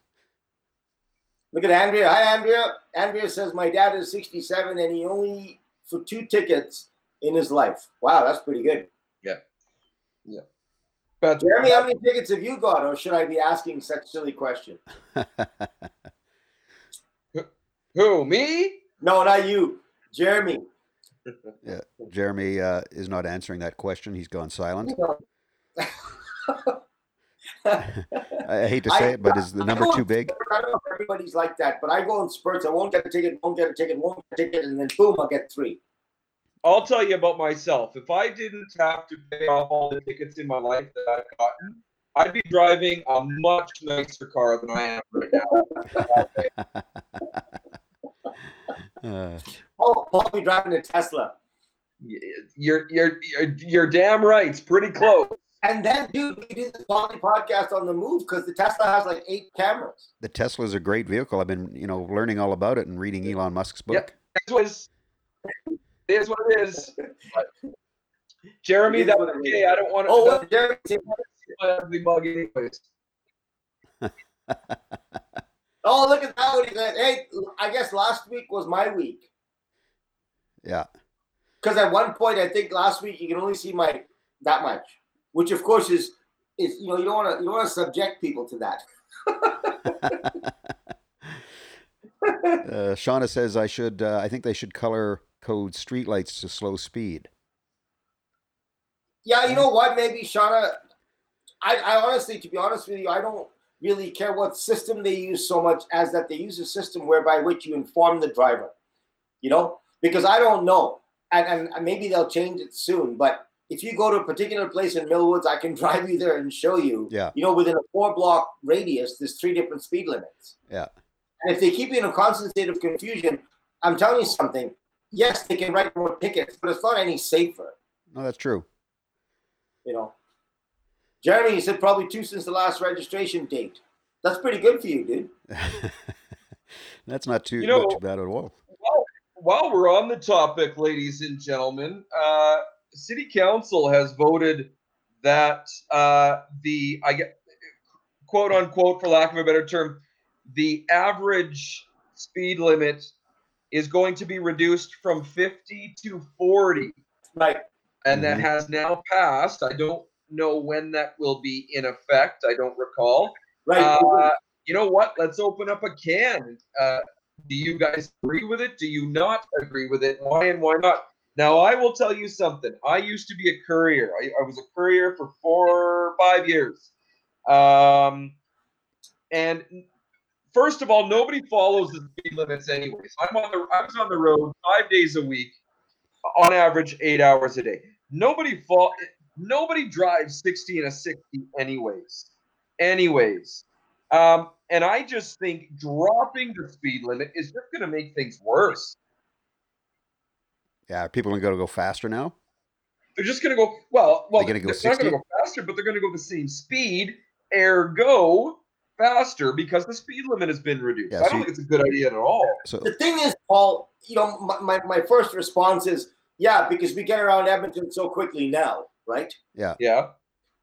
[SPEAKER 2] Look at Andrea. Hi, Andrea. Andrea says, My dad is 67 and he only for two tickets in his life. Wow, that's pretty good.
[SPEAKER 3] But
[SPEAKER 2] Jeremy, how many tickets have you got, or should I be asking such silly question?
[SPEAKER 3] who me?
[SPEAKER 2] No, not you. Jeremy.
[SPEAKER 1] Jeremy uh, is not answering that question. He's gone
[SPEAKER 2] <laughs>
[SPEAKER 1] silent. I I hate to
[SPEAKER 2] I-
[SPEAKER 1] say it, but is the
[SPEAKER 2] I
[SPEAKER 1] number
[SPEAKER 2] don't-
[SPEAKER 1] too big?
[SPEAKER 2] I don't know if everybody's like that, but I go in spurts. I won't get a ticket, won't get a ticket, won't get a ticket, and then boom, I get three.
[SPEAKER 3] I'll tell you about myself. If I didn't have to pay off all the tickets in my life that I've gotten, I'd be driving a much nicer car than I am right now.
[SPEAKER 1] Uh,
[SPEAKER 2] Oh, I'll be driving a Tesla.
[SPEAKER 3] You're you're you're, you're damn right. It's pretty close.
[SPEAKER 2] And then, dude, we do this quality podcast on the move because the Tesla has like eight cameras.
[SPEAKER 1] the Tesla is a great vehicle. I've been, you know, learning all about it and reading Elon Musk's book.
[SPEAKER 3] Yep. That's what it is. It is what it is. Jeremy, that was okay. I don't want to.
[SPEAKER 2] Oh, what, Jeremy?
[SPEAKER 3] ugly mug anyways.
[SPEAKER 2] Oh, look at that. one. He said, Hey, I guess last week was my week.
[SPEAKER 1] Yeah.
[SPEAKER 2] Because at one point, I think last week you can only see my that much, which of course is is you know you don't want to you don't want to subject people to that.
[SPEAKER 1] Uh, Shauna says I should. Uh, I think they should color code streetlights to slow speed.
[SPEAKER 2] Yeah, you know what? Maybe Shauna. I, I honestly, to be honest with you, I don't really care what system they use so much as that they use a system whereby which you inform the driver. You know, because I don't know, and, and- and maybe they'll change it soon. But if you go to a particular place in Millwoods, I can <laughs> drive you there and show you.
[SPEAKER 1] Yeah.
[SPEAKER 2] You know, within a four block radius, there's three different speed limits.
[SPEAKER 1] Yeah.
[SPEAKER 2] And if they keep you in a constant state of confusion, I'm telling you something. Yes, they can write more tickets, but it's not any safer
[SPEAKER 1] No, that's true. <laughs>
[SPEAKER 2] you know. Jeremy, you said probably two since the last registration date. That's pretty good for you, dude.
[SPEAKER 1] that's not too
[SPEAKER 3] You know-
[SPEAKER 1] not too bad at all.
[SPEAKER 3] Well, while we're on the topic, ladies and gentlemen, uh, City Council has voted that uh, the I get quote unquote, for lack of a better term, the average speed limit is going to be reduced from 50 to 40.
[SPEAKER 2] Right.
[SPEAKER 3] and that
[SPEAKER 1] Mhm.
[SPEAKER 3] has now passed. I don't know when that will be in effect. I don't recall.
[SPEAKER 2] Right.
[SPEAKER 3] Uh, you know what? Let's open up a can. Uh, do you guys agree with it? Do you not agree with it? Why and why not? Now, I will tell you something. I used to be a courier. I, I was a courier for four, five years. Um, and first of all, nobody follows the speed limits, anyways. I'm on the. I was on the road five days a week, on average, eight hours a day. Nobody fall. Nobody drives sixty and a sixty, anyways. Anyways, um, and I just think dropping the speed limit is just going to make things worse.
[SPEAKER 1] Yeah, people are going to go faster now.
[SPEAKER 3] They're just going to go well. Well,
[SPEAKER 1] They're
[SPEAKER 3] they're,
[SPEAKER 1] gonna go
[SPEAKER 3] not going
[SPEAKER 1] 60?
[SPEAKER 3] to go faster, but they're going to go the same speed. Ergo, faster because the speed limit has been reduced.
[SPEAKER 1] Yeah,
[SPEAKER 3] I
[SPEAKER 1] so
[SPEAKER 3] don't
[SPEAKER 1] you-
[SPEAKER 3] think it's a good idea at all.
[SPEAKER 1] So
[SPEAKER 2] the thing is, Paul, you know, my, my, my first response is, yeah, because we get around Edmonton so quickly now, right?
[SPEAKER 3] Yeah.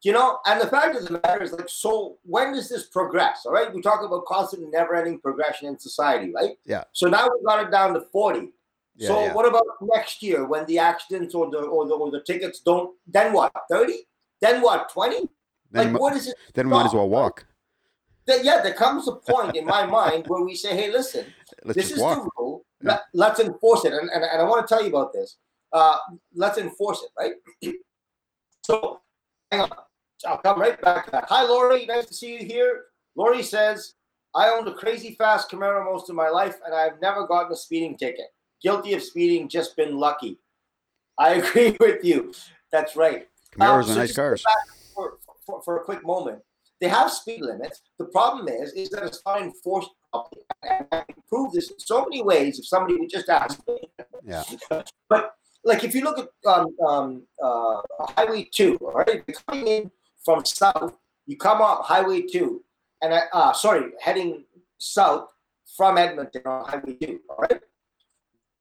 [SPEAKER 2] You know, and the fact of the matter is, like, so when does this progress? All right, we talk about constant, and never-ending progression in society, right?
[SPEAKER 1] Yeah.
[SPEAKER 2] So now we got it down to forty.
[SPEAKER 1] Yeah,
[SPEAKER 2] so
[SPEAKER 1] yeah.
[SPEAKER 2] what about next year when the accidents or the or the or the tickets don't? Then what? Thirty? Then what? Twenty?
[SPEAKER 1] Then,
[SPEAKER 2] Like
[SPEAKER 1] mi-
[SPEAKER 2] what is it?
[SPEAKER 1] then we might as
[SPEAKER 2] stop?
[SPEAKER 1] well walk.
[SPEAKER 2] There- yeah, there comes a point in my mind where we say, "Hey, listen,
[SPEAKER 1] Let's
[SPEAKER 2] this
[SPEAKER 1] just
[SPEAKER 2] is
[SPEAKER 1] walk.
[SPEAKER 2] the rule. Let, let's enforce it." And, and and I want to tell you about this. Uh, let's enforce it, right? <clears throat> so, hang on. I'll come right back to that. Hi, Lori. Nice to see you here. Lori says, "I owned a crazy fast Camaro most of my life, and I've never gotten a speeding ticket. Guilty of speeding, just been lucky." I <laughs> agree with you. That's right
[SPEAKER 1] Camaros
[SPEAKER 2] so
[SPEAKER 1] are nice
[SPEAKER 2] just go
[SPEAKER 1] cars.
[SPEAKER 2] back For, for, for a quick moment, they have speed limits. The problem is, is that it's not enforced properly. And I can prove this in so many ways. If somebody would just ask me,
[SPEAKER 1] Yeah.
[SPEAKER 2] <laughs> but like if you look at um, um, uh, Highway Two, all right, if you're coming in from south, you come up Highway Two, and I, uh, sorry, heading south from Edmonton on Highway Two, all right,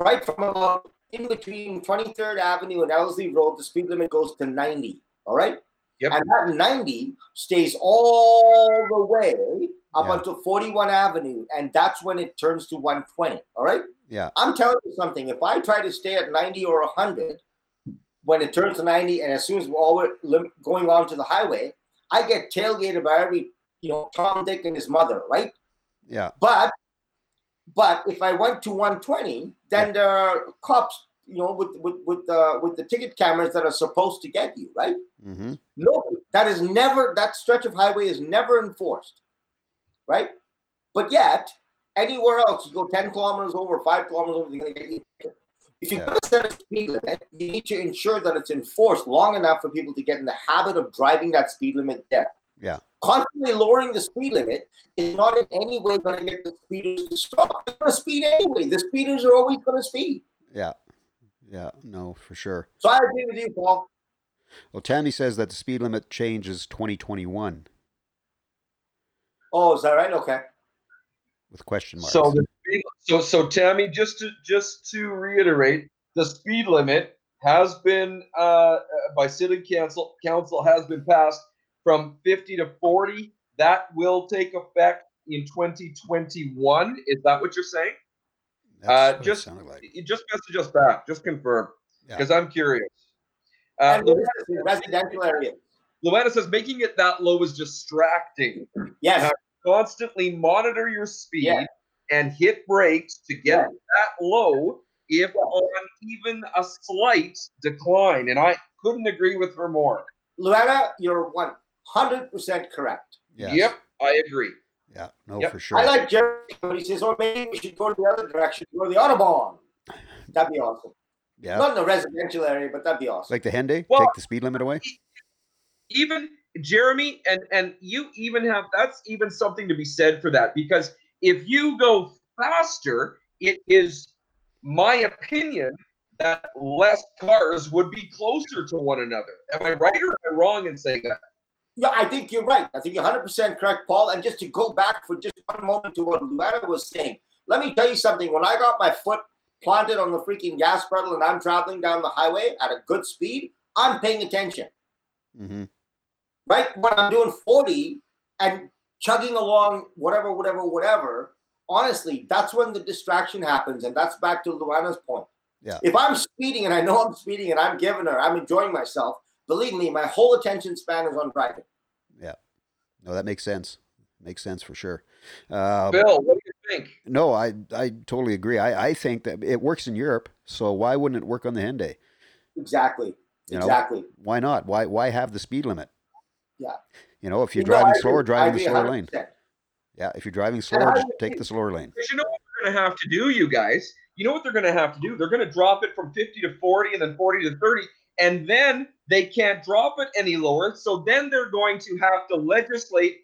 [SPEAKER 2] right from about in between 23rd Avenue and Ellerslie Road, the speed limit goes to 90, all right.
[SPEAKER 3] Yep.
[SPEAKER 2] And that 90 stays all the way up
[SPEAKER 1] Yeah.
[SPEAKER 2] until 41 Avenue, and that's when it turns to 120. All right.
[SPEAKER 1] Yeah.
[SPEAKER 2] I'm telling you something. If I try to stay at 90 or 100, when it turns to 90, and as soon as we're all we're lim- going on to the highway, I get tailgated by every, you know, Tom, Dick, and his mother, right?
[SPEAKER 1] Yeah.
[SPEAKER 2] But, but if I went to 120, then there are cops, you know, with with with the with the ticket cameras that are supposed to get you, right?
[SPEAKER 1] Mm-hmm.
[SPEAKER 2] No, that is never that stretch of highway is never enforced, right? But yet, anywhere else you go ten kilometers over, five kilometers over, you're gonna get hit. If you
[SPEAKER 1] Yeah.
[SPEAKER 2] put a set a speed limit, you need to ensure that it's enforced long enough for people to get in the habit of driving that speed limit down.
[SPEAKER 1] Yeah.
[SPEAKER 2] Constantly lowering the speed limit is not in any way going to get the speeders to stop. They're going to speed anyway. The speeders are always going to speed.
[SPEAKER 1] Yeah. Yeah. No, for sure.
[SPEAKER 2] So I agree with you, Paul.
[SPEAKER 1] Well, Tammy says that the speed limit change is 2021
[SPEAKER 2] Oh, is that right? Okay.
[SPEAKER 1] with question marks.
[SPEAKER 3] So, uh, the speed, so, so Tammy, just to just to reiterate, the speed limit has been uh, uh, by city council council has been passed from 50 to 40. That will take effect in 2021. Is that what you're saying?
[SPEAKER 1] That's
[SPEAKER 3] Uh,
[SPEAKER 1] what it
[SPEAKER 3] just
[SPEAKER 1] sounded like.
[SPEAKER 3] you just message us back. Just confirm
[SPEAKER 1] Yeah.
[SPEAKER 3] because I'm curious. Uh,
[SPEAKER 2] And
[SPEAKER 3] Luana,
[SPEAKER 2] residential area.
[SPEAKER 3] Luana says making it that low is distracting.
[SPEAKER 2] Yes.
[SPEAKER 3] constantly monitor your speed
[SPEAKER 2] Yeah.
[SPEAKER 3] and hit brakes to get
[SPEAKER 2] Yeah.
[SPEAKER 3] that low if
[SPEAKER 2] Yeah.
[SPEAKER 3] on even a slight decline. And I couldn't agree with her more.
[SPEAKER 2] Luana, you're 100% correct.
[SPEAKER 1] Yes.
[SPEAKER 3] Yep, I agree.
[SPEAKER 1] Yeah. No,
[SPEAKER 3] Yep.
[SPEAKER 1] for sure.
[SPEAKER 2] I like Jerry when he says, or maybe we should go to the other direction, go to the Autobahn. That'd be awesome.
[SPEAKER 1] yeah.
[SPEAKER 2] Not in the residential area, but that'd be awesome.
[SPEAKER 1] Like the Henday,
[SPEAKER 3] Well-
[SPEAKER 1] take the speed limit away.
[SPEAKER 3] Even Jeremy and and you even have that's even something to be said for that because if you go faster, it is my opinion that less cars would be closer to one another. Am I right or am I wrong in saying that?
[SPEAKER 2] yeah, I think you're right. I think you're 100% correct, Paul. And just to go back for just one moment to what Luana was saying, let me tell you something. When I got my foot planted on the freaking gas pedal and I'm traveling down the highway at a good speed, I'm paying attention.
[SPEAKER 1] Mm-hmm.
[SPEAKER 2] right when I'm doing 40 and chugging along, whatever, whatever, whatever, honestly, that's when the distraction happens. And that's back to Luana's point.
[SPEAKER 1] Yeah.
[SPEAKER 2] If I'm speeding and I know I'm speeding and I'm giving her, I'm enjoying myself, believe me, my whole attention span is on driving.
[SPEAKER 1] No, that makes sense. Makes sense for sure. Uh,
[SPEAKER 3] Bill, what do you think?
[SPEAKER 1] no, I I totally agree. I, I think that it works in Europe, so why wouldn't it work on the Henday?
[SPEAKER 2] Exactly.
[SPEAKER 1] You know,
[SPEAKER 2] exactly.
[SPEAKER 1] Why not? Why why have the speed limit?
[SPEAKER 2] Yeah.
[SPEAKER 1] You know, if you're
[SPEAKER 2] You know, I
[SPEAKER 1] driving
[SPEAKER 2] agree-
[SPEAKER 1] slower,
[SPEAKER 2] I
[SPEAKER 1] drive in the
[SPEAKER 2] agree
[SPEAKER 1] slower lane.
[SPEAKER 2] 100%.
[SPEAKER 1] Yeah, if you're driving slower,
[SPEAKER 2] I
[SPEAKER 1] just
[SPEAKER 2] would
[SPEAKER 1] take
[SPEAKER 2] think-
[SPEAKER 1] the slower lane.
[SPEAKER 3] Because you know what they're going to have to do, you guys. You know what they're going to have to do. They're going to drop it from 50 to 40 and then 40 to 30. And then they can't drop it any lower. So then they're going to have to legislate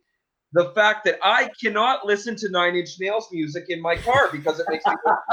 [SPEAKER 3] the fact that I cannot listen to Nine Inch Nails music in my car because it makes me.
[SPEAKER 2] <laughs>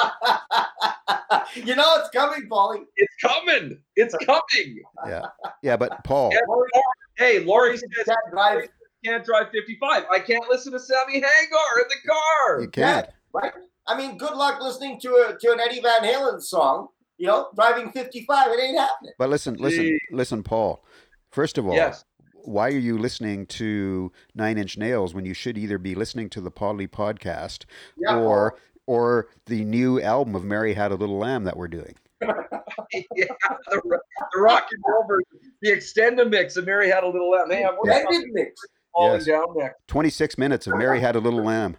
[SPEAKER 2] you know it's coming, Paulie.
[SPEAKER 3] it's coming. It's coming.
[SPEAKER 1] Yeah, yeah. But Paul,
[SPEAKER 3] Yeah. Hey, Lori says I
[SPEAKER 2] Can't drive,
[SPEAKER 3] can't drive 55. I can't listen to Sammy Hagar in the car.
[SPEAKER 1] you can't.
[SPEAKER 2] right? I mean, good luck listening to a, to an Eddie Van Halen song. You know, driving 55, it ain't happening.
[SPEAKER 1] But listen, listen,
[SPEAKER 3] Jeez.
[SPEAKER 1] listen, Paul. First of all,
[SPEAKER 3] Yes.
[SPEAKER 1] why are you listening to Nine Inch Nails when you should either be listening to the Podly podcast
[SPEAKER 2] Yeah.
[SPEAKER 1] or or the new album of Mary Had a Little Lamb that we're doing.
[SPEAKER 3] yeah, the, ro- the rock and roll version, the extended mix of Mary Had a Little Lamb. Man, we're
[SPEAKER 2] That
[SPEAKER 3] coming-
[SPEAKER 2] did mix.
[SPEAKER 3] falling
[SPEAKER 1] Yes.
[SPEAKER 3] down next.
[SPEAKER 1] 26 minutes of Mary Had a Little Lamb.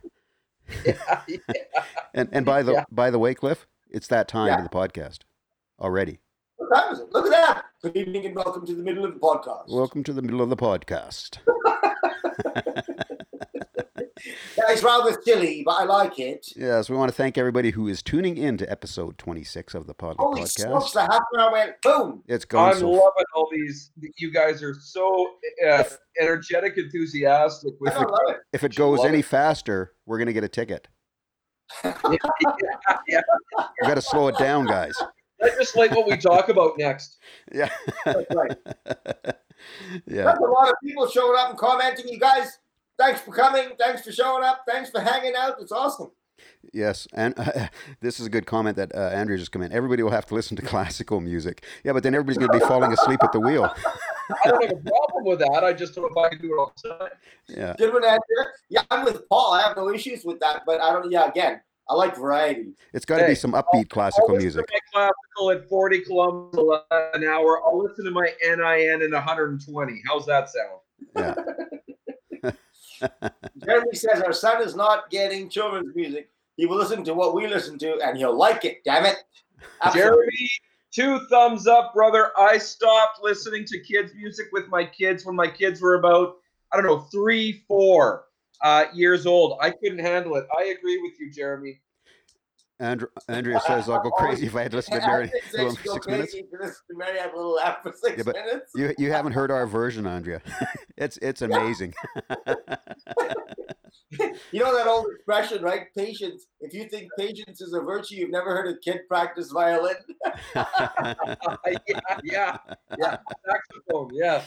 [SPEAKER 1] And and by the
[SPEAKER 3] Yeah.
[SPEAKER 1] by the way, Cliff, it's that time
[SPEAKER 2] Yeah.
[SPEAKER 1] of the podcast already.
[SPEAKER 2] What time is it? Look at that. Good evening and welcome to the middle of the podcast.
[SPEAKER 1] Welcome to the middle of the podcast.
[SPEAKER 2] Yeah, it's rather silly, but I like it.
[SPEAKER 1] Yes, we want to thank everybody who is tuning in to episode 26 of the Podly
[SPEAKER 2] Holy smokes,
[SPEAKER 1] podcast.
[SPEAKER 2] the half an hour went boom.
[SPEAKER 1] It's gone
[SPEAKER 3] I'm
[SPEAKER 1] so
[SPEAKER 3] loving all these. You guys are so uh, energetic, enthusiastic. With
[SPEAKER 2] I <laughs> don't love it.
[SPEAKER 1] If it
[SPEAKER 3] I
[SPEAKER 1] goes
[SPEAKER 3] love
[SPEAKER 1] any
[SPEAKER 3] it.
[SPEAKER 1] faster, we're going to get a ticket.
[SPEAKER 3] yeah,
[SPEAKER 1] We got to slow it down, guys.
[SPEAKER 3] that's just like what we talk about next.
[SPEAKER 1] Yeah.
[SPEAKER 2] That's right.
[SPEAKER 1] yeah.
[SPEAKER 2] That's a lot of people showing up and commenting. You guys, thanks for coming. Thanks for showing up. Thanks for hanging out. It's awesome.
[SPEAKER 1] Yes. And <laughs> this is a good comment that uh, Andrew just come in. Everybody will have to listen to <laughs> classical music. Yeah, but then everybody's going to be falling asleep at the wheel.
[SPEAKER 3] I don't have a problem with that. I just don't know if I can do it all the time.
[SPEAKER 1] Yeah.
[SPEAKER 2] Good one, Andrew. Yeah, I'm with Paul. I have no issues with that, but I don't, yeah, again, I like variety.
[SPEAKER 1] It's got to be
[SPEAKER 3] Hey,
[SPEAKER 1] some upbeat classical
[SPEAKER 3] I'll
[SPEAKER 1] music.
[SPEAKER 3] listen to my classical at 40 kilometers an hour. I'll listen to my NIN at 120. How's that sound?
[SPEAKER 1] Yeah.
[SPEAKER 2] Jeremy says our son is not getting children's music. He will listen to what we listen to and he'll like it, damn it. Absolutely.
[SPEAKER 3] Jeremy, two thumbs up, brother. I stopped listening to kids' music with my kids when my kids were about, I don't know, three, four uh, years old. I couldn't handle it. I agree with you, Jeremy. <laughs>
[SPEAKER 1] Andrew, Andrea says I'll go crazy if I had to listen to
[SPEAKER 2] I
[SPEAKER 3] <laughs>
[SPEAKER 1] Mary
[SPEAKER 2] think they
[SPEAKER 1] alone
[SPEAKER 2] should
[SPEAKER 1] for
[SPEAKER 2] go
[SPEAKER 1] six minutes.
[SPEAKER 2] crazy for this to Mary had a little laugh for six
[SPEAKER 1] Yeah, but-
[SPEAKER 2] minutes.
[SPEAKER 1] You, you haven't heard our version, Andrea. <laughs> it's it's amazing. <laughs>
[SPEAKER 2] You know that old expression, right? Patience. If you think patience is a virtue, you've never heard a kid practice violin.
[SPEAKER 3] Uh, yeah, yeah, yeah. Saxophone, yeah.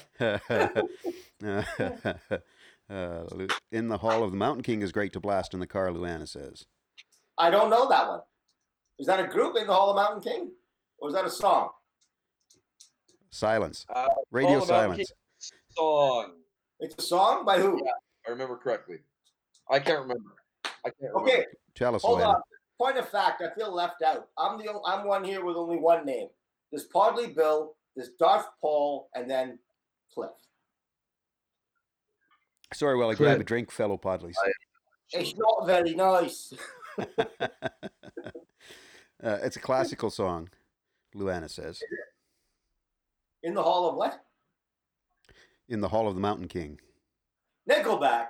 [SPEAKER 1] Uh, Lu- in the Hall of the Mountain King is great to blast in the car, Luana says.
[SPEAKER 2] I don't know that one. Is that a group in the Hall of Mountain King? Or is that a song?
[SPEAKER 1] Silence.
[SPEAKER 3] Uh,
[SPEAKER 1] Radio
[SPEAKER 3] All About
[SPEAKER 1] silence.
[SPEAKER 3] King song.
[SPEAKER 2] It's a song by who?
[SPEAKER 3] Yeah. I remember correctly. I can't remember. I can't remember.
[SPEAKER 2] Okay,
[SPEAKER 1] Tell us,
[SPEAKER 2] hold
[SPEAKER 1] Luana.
[SPEAKER 2] on. Point of fact, I feel left out. I'm the only, I'm one here with only one name. There's Podley Bill, there's Darth Paul, and then Cliff.
[SPEAKER 1] Sorry, while I grab a drink, fellow Podleys.
[SPEAKER 2] It's not very nice.
[SPEAKER 1] <laughs> Uh, it's a classical song, Luana says.
[SPEAKER 2] In the Hall of what?
[SPEAKER 1] In the Hall of the Mountain King. <laughs>
[SPEAKER 2] Nickelback.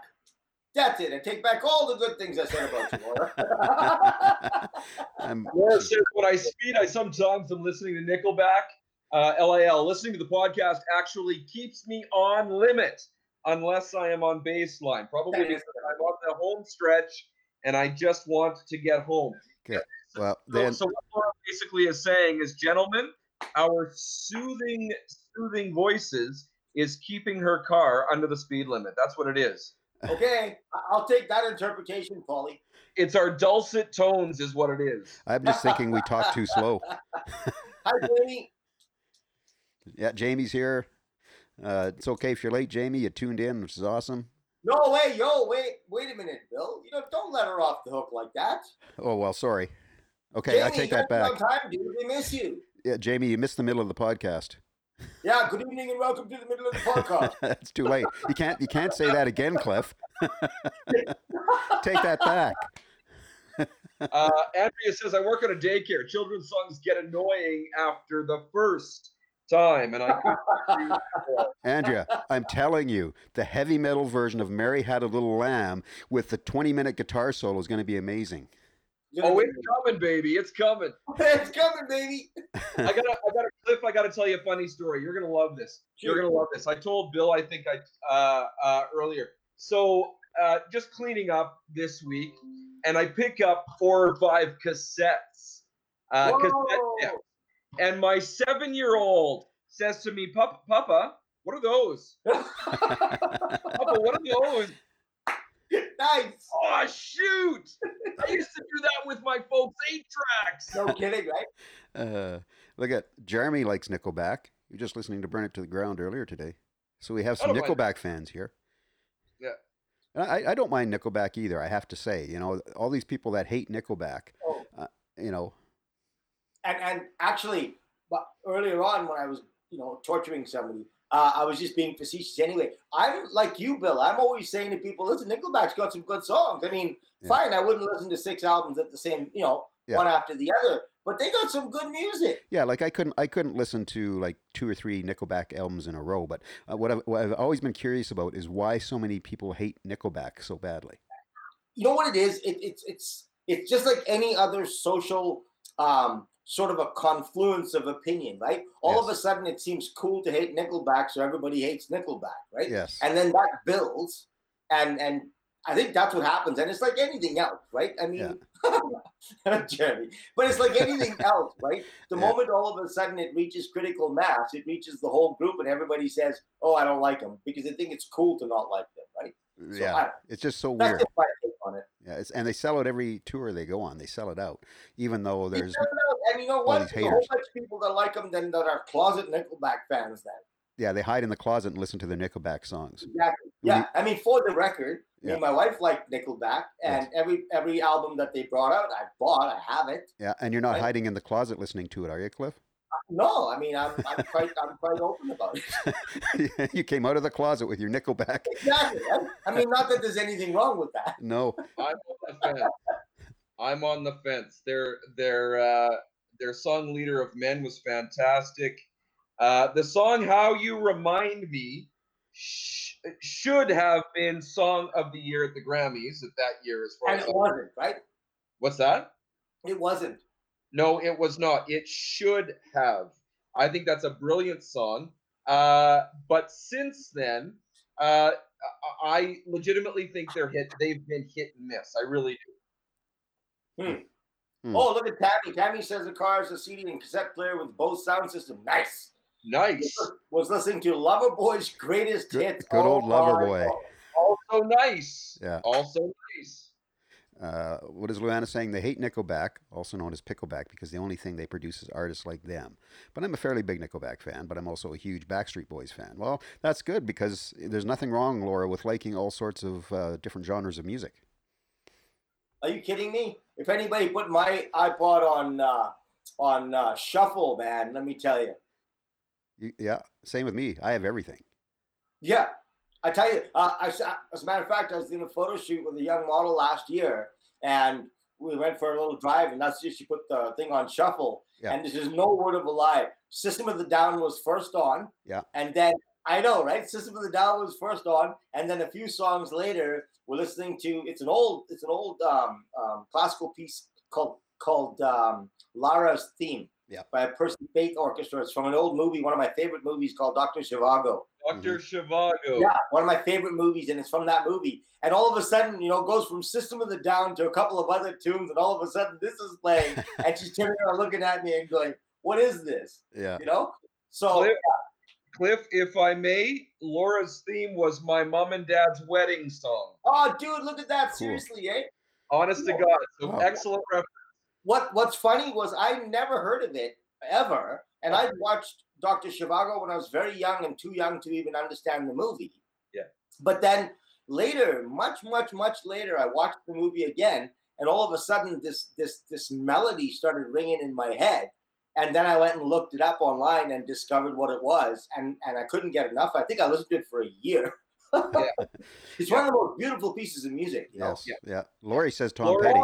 [SPEAKER 2] That's it. I take back all the good things I said about you.
[SPEAKER 1] <laughs>
[SPEAKER 2] Laura.
[SPEAKER 1] Um,
[SPEAKER 3] Laura says, when I speed, I sometimes am listening to Nickelback. Uh, LAL, listening to the podcast actually keeps me on limit unless I am on baseline. Probably
[SPEAKER 2] That is
[SPEAKER 3] because I'm on the home stretch and I just want to get home.
[SPEAKER 1] well,
[SPEAKER 3] So-
[SPEAKER 1] then,
[SPEAKER 3] so what Laura basically is saying is, gentlemen, our soothing, soothing voices is keeping her car under the speed limit. That's what it is.
[SPEAKER 2] okay, I- I'll take that interpretation, Polly.
[SPEAKER 3] It's our dulcet tones, is what it is.
[SPEAKER 1] I'm just thinking we talk too slow.
[SPEAKER 2] Hi, Jamie.
[SPEAKER 1] Yeah, Jamie's here. Uh, it's okay if you're late, Jamie. You tuned in, which is awesome.
[SPEAKER 2] No way, yo, wait, wait a minute, Bill. You know, don't let her off the hook like that.
[SPEAKER 1] Oh well, sorry. Okay, I
[SPEAKER 2] Jamie,
[SPEAKER 1] take
[SPEAKER 2] you
[SPEAKER 1] that
[SPEAKER 2] had a
[SPEAKER 1] back.
[SPEAKER 2] <laughs> long time, dude. We miss you.
[SPEAKER 1] Yeah, Jamie, you missed the middle of the podcast. <laughs>
[SPEAKER 2] Yeah, good evening and welcome to the middle of the podcast.
[SPEAKER 1] it's too late. You can't. You can't say that again, Cliff. <laughs> take that back.
[SPEAKER 3] Uh, Andrea says, I work at a daycare. Children's songs get annoying after the first time. And I couldn't
[SPEAKER 1] Andrea, I'm telling you, the heavy metal version of Mary Had a Little Lamb with the 20 minute guitar solo is going to be amazing.
[SPEAKER 3] <laughs> oh, it's coming, baby. It's coming.
[SPEAKER 2] <laughs> it's coming, baby.
[SPEAKER 3] I got to I got to clip. I got to tell you a funny story. You're going to love this. You're going to love this. I told Bill, I think I uh, uh, earlier. So uh, just cleaning up this week, and I pick up four or five cassettes. Uh, cassette
[SPEAKER 2] Whoa.
[SPEAKER 3] tapes. and my seven year old says to me, Papa, Papa, what are those? Papa, what are those?
[SPEAKER 2] <laughs> nice.
[SPEAKER 3] Oh shoot! I used to do that with my folks eight tracks.
[SPEAKER 2] No kidding, right?
[SPEAKER 1] Uh, look at Jeremy likes Nickelback. You were just listening to Burn It to the Ground earlier today. So we have some
[SPEAKER 3] Otherwise-
[SPEAKER 1] Nickelback fans here. And I, I don't mind Nickelback either. I have to say, you know, all these people that hate Nickelback,
[SPEAKER 2] Oh.
[SPEAKER 1] uh, you know,
[SPEAKER 2] and and actually, but earlier on when I was you know torturing somebody, uh, I was just being facetious anyway. I'm like you, Bill. I'm always saying to people, listen, Nickelback's got some good songs. I mean,
[SPEAKER 1] Yeah.
[SPEAKER 2] fine, I wouldn't listen to six albums at the same you know
[SPEAKER 1] Yeah.
[SPEAKER 2] one after the other, but they got some good music.
[SPEAKER 1] yeah, like I couldn't, I couldn't listen to like two or three Nickelback albums in a row. But uh, what, I've, what I've always been curious about is why so many people hate Nickelback so badly.
[SPEAKER 2] You know what it is? It, it's it's it's just like any other social. Um, Sort of a confluence of opinion, right? All of a
[SPEAKER 1] Yes.
[SPEAKER 2] sudden, it seems cool to hate Nickelback, so everybody hates Nickelback, right?
[SPEAKER 1] Yes.
[SPEAKER 2] and then that builds and and i think that's what happens and it's like anything else right i mean <laughs> jeremy but it's like
[SPEAKER 1] <laughs>
[SPEAKER 2] anything else right the
[SPEAKER 1] Yeah.
[SPEAKER 2] moment all of a sudden it reaches critical mass it reaches the whole group and everybody says oh i don't like them because they think it's cool to not like them right so
[SPEAKER 1] yeah.
[SPEAKER 2] I-
[SPEAKER 1] it's just so
[SPEAKER 2] that's
[SPEAKER 1] weird.
[SPEAKER 2] just my take on it
[SPEAKER 1] Yeah, it's, and they sell out every tour they go on. They sell it out, even though there's
[SPEAKER 2] You never know. and you know what
[SPEAKER 1] these
[SPEAKER 2] there's a whole
[SPEAKER 1] haters.
[SPEAKER 2] bunch of people that like them then that are closet nickelback fans then
[SPEAKER 1] yeah they hide in the closet and listen to their Nickelback songs.
[SPEAKER 2] Exactly.
[SPEAKER 1] We-
[SPEAKER 2] Yeah. I mean, for the record, me
[SPEAKER 1] Yeah.
[SPEAKER 2] and my wife liked Nickelback, and
[SPEAKER 1] Yes.
[SPEAKER 2] every every album that they brought out, I bought. I have it.
[SPEAKER 1] Yeah, and you're not
[SPEAKER 2] Right.
[SPEAKER 1] hiding in the closet listening to it, are you, Cliff? <laughs>
[SPEAKER 2] No, I mean, I'm, I'm quite I'm quite open about it.
[SPEAKER 1] you came out of the closet with your Nickelback.
[SPEAKER 2] Exactly. I- I mean, not that there's anything wrong with that.
[SPEAKER 1] No,
[SPEAKER 3] I'm on the fence. I'm on the fence. Their their uh, their song "Leader of Men" was fantastic. Uh, the song "How You Remind Me" sh- should have been song of the year at the Grammys at that year. As far
[SPEAKER 2] And
[SPEAKER 3] as
[SPEAKER 2] it wasn't, right?
[SPEAKER 3] what's that?
[SPEAKER 2] It wasn't.
[SPEAKER 3] No, it was not. It should have. I think that's a brilliant song. Uh, but since then, uh, I- I legitimately think they're hit. They've been hit and miss. I really do.
[SPEAKER 1] Hmm.
[SPEAKER 2] Oh, look at Tammy. Tammy says the car is a CD and cassette player with both sound system. Nice.
[SPEAKER 3] Nice.
[SPEAKER 2] Was listening to Loverboy's greatest
[SPEAKER 1] Good-
[SPEAKER 2] hits.
[SPEAKER 1] good old
[SPEAKER 2] all night
[SPEAKER 1] Loverboy.
[SPEAKER 2] long.
[SPEAKER 3] Also nice.
[SPEAKER 1] Yeah.
[SPEAKER 3] Also nice.
[SPEAKER 1] uh, what is Luana saying? They hate Nickelback, also known as Pickleback, because the only thing they produce is artists like them. But I'm a fairly big Nickelback fan, but I'm also a huge Backstreet Boys fan. Well, that's good because there's nothing wrong, Laura, with liking all sorts of uh, different genres of music.
[SPEAKER 2] Are you kidding me? If anybody put my iPod on uh, on uh, shuffle, man, let me tell you.
[SPEAKER 1] You, yeah, same with me. I have everything.
[SPEAKER 2] Yeah, I tell you. Uh, I sa- as a matter of fact, I was in a photo shoot with a young model last year, and we went for a little drive, and that's just she put the thing on shuffle,
[SPEAKER 1] Yeah.
[SPEAKER 2] and this is no word of a lie. System of the Down was first on.
[SPEAKER 1] Yeah.
[SPEAKER 2] and then. I know, right? System of the Down was first on, and then a few songs later, we're listening to it's an old it's an old um, um, classical piece called called um, Lara's Theme
[SPEAKER 1] Yeah.
[SPEAKER 2] by a Percy Faith Orchestra. It's from an old movie, one of my favorite movies called Doctor Zhivago.
[SPEAKER 3] Dr.
[SPEAKER 1] Mm-hmm.
[SPEAKER 3] Shivago.
[SPEAKER 2] Yeah, one of my favorite movies, and it's from that movie. And all of a sudden, you know, goes from System of the Down to a couple of other tunes, and all of a sudden, this is
[SPEAKER 1] <laughs>
[SPEAKER 2] playing, and she's turning around, looking at me, and going, "What is this?"
[SPEAKER 1] Yeah.
[SPEAKER 2] You know. So
[SPEAKER 3] Cliff, Cliff, if I may, Laura's theme was my mom and dad's wedding song.
[SPEAKER 2] Oh, dude, look at that!
[SPEAKER 1] Cool.
[SPEAKER 2] Seriously, eh?
[SPEAKER 3] Honest to God. So
[SPEAKER 1] Wow.
[SPEAKER 3] excellent reference.
[SPEAKER 2] What What's funny was I never heard of it ever, and I watched Doctor Shivago when I was very young and too young to even understand the movie.
[SPEAKER 3] Yeah.
[SPEAKER 2] But then later, much, much, much later, I watched the movie again, and all of a sudden, this this this melody started ringing in my head, and then I went and looked it up online and discovered what it was, and and I couldn't get enough. I think I listened to it for a year. <laughs> It's one of the most beautiful pieces of music. You know?
[SPEAKER 1] Yes.
[SPEAKER 3] yeah.
[SPEAKER 1] Yeah. Lori says Tom
[SPEAKER 3] Lori-
[SPEAKER 1] Petty.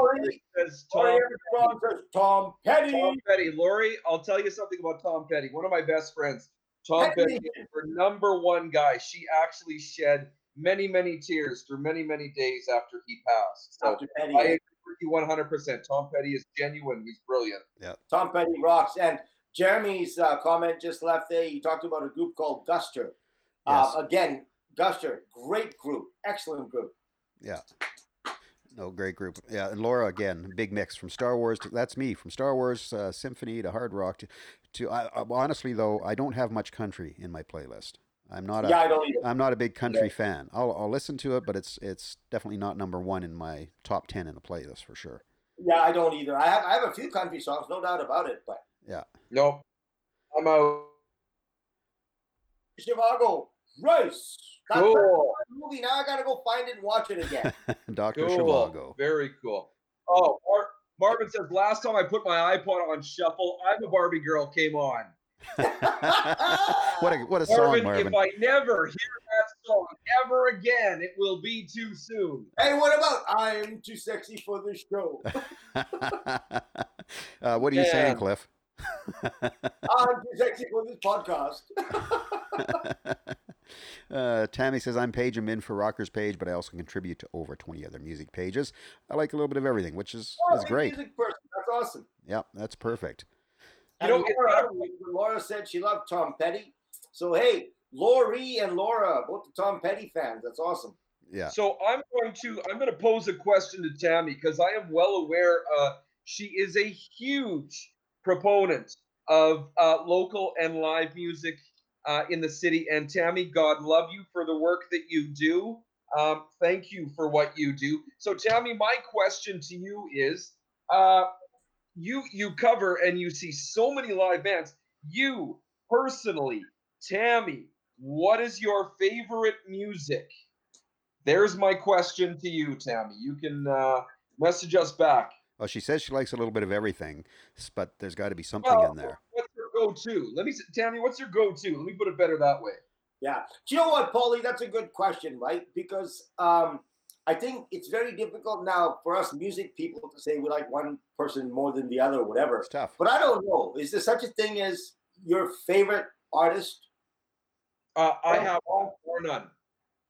[SPEAKER 2] Petty.
[SPEAKER 3] Says
[SPEAKER 2] Tom,
[SPEAKER 3] Tom,
[SPEAKER 2] Armstrong says, Tom Petty. <laughs>
[SPEAKER 3] Tom Petty. Lori, I'll tell you something about Tom Petty. One of my best friends, Tom
[SPEAKER 2] Petty.
[SPEAKER 3] Petty, is her number one guy. She actually shed many, many tears through many, many days after he passed. So
[SPEAKER 2] Dr. Petty.
[SPEAKER 3] I agree with you 100%. Tom Petty is genuine. He's brilliant.
[SPEAKER 2] Tom Petty rocks. And Jeremy's uh, comment just left there. He talked about a group called Guster.
[SPEAKER 1] Yes.
[SPEAKER 2] Uh, again, Guster, great group, excellent group.
[SPEAKER 1] Yeah. No, great group. Yeah, and Laura again, big mix from Star Wars. To, that's me from Star Wars uh, symphony to hard rock to. to I, I, honestly though, I don't have much country in my playlist. I'm not a
[SPEAKER 2] yeah, I don't either.
[SPEAKER 1] am not a big country fan. I'll, I'll listen to it, but it's it's definitely not number one in my top ten in the playlist for sure. <laughs>
[SPEAKER 2] Yeah, I don't either. I have I have a few country songs, no doubt about it. But
[SPEAKER 1] Yeah,
[SPEAKER 3] Nope. I'm out.
[SPEAKER 2] Chicago, Rice. That
[SPEAKER 3] Cool.
[SPEAKER 2] perfect movie. Now I gotta go find it and watch it again.
[SPEAKER 1] Dr.
[SPEAKER 3] Cool.
[SPEAKER 1] Shivago.
[SPEAKER 3] Very cool. Oh, Mar- Marvin says, last time I put my iPod on shuffle, I'm a Barbie girl came on.
[SPEAKER 1] <laughs> what a what a song,
[SPEAKER 3] Marvin,
[SPEAKER 1] Marvin.
[SPEAKER 3] if I never hear that song ever again, it will be too soon.
[SPEAKER 2] hey, what about I'm too sexy for this
[SPEAKER 1] <laughs>
[SPEAKER 2] show?
[SPEAKER 1] uh, what are you
[SPEAKER 3] Yeah.
[SPEAKER 1] saying, Cliff?
[SPEAKER 2] I'm too sexy for this podcast.
[SPEAKER 1] <laughs> Uh, Tammy says, I'm Paige. I'm in for Rockers Page, but I also contribute to over 20 other music pages. I like a little bit of everything, which is,
[SPEAKER 2] Oh,
[SPEAKER 1] is
[SPEAKER 2] big
[SPEAKER 1] great.
[SPEAKER 2] Music person. That's awesome.
[SPEAKER 1] Yeah, that's perfect.
[SPEAKER 3] You
[SPEAKER 2] And
[SPEAKER 3] know, it's
[SPEAKER 2] Laura,
[SPEAKER 3] not-
[SPEAKER 2] Laura said she loved Tom Petty. So hey, Lori and Laura, both the Tom Petty fans. That's awesome.
[SPEAKER 1] Yeah.
[SPEAKER 3] So I'm going to I'm going to pose a question to Tammy because I am well aware uh, she is a huge proponent of uh, local and live music uh, in the city. And Tammy, God love you for the work that you do. Um, thank you for what you do. So Tammy, my question to you is: uh, you you cover and you see so many live bands. You personally, Tammy, what is your favorite music? There's my question to you, Tammy. You can uh, message us back.
[SPEAKER 1] Well, she says she likes a little bit of everything, s- but there's got to be something in there.
[SPEAKER 3] What's your go-to? Let me, s- Tammy. What's your go-to? Let me put it better that way.
[SPEAKER 2] Yeah. Do you know what, Paulie? That's a good question, right? Because um, I think it's very difficult now for us music people to say we like one person more than the other, or whatever.
[SPEAKER 1] It's tough.
[SPEAKER 2] But I don't know. Is there such a thing as your favorite artist?
[SPEAKER 3] Uh, I have one or none.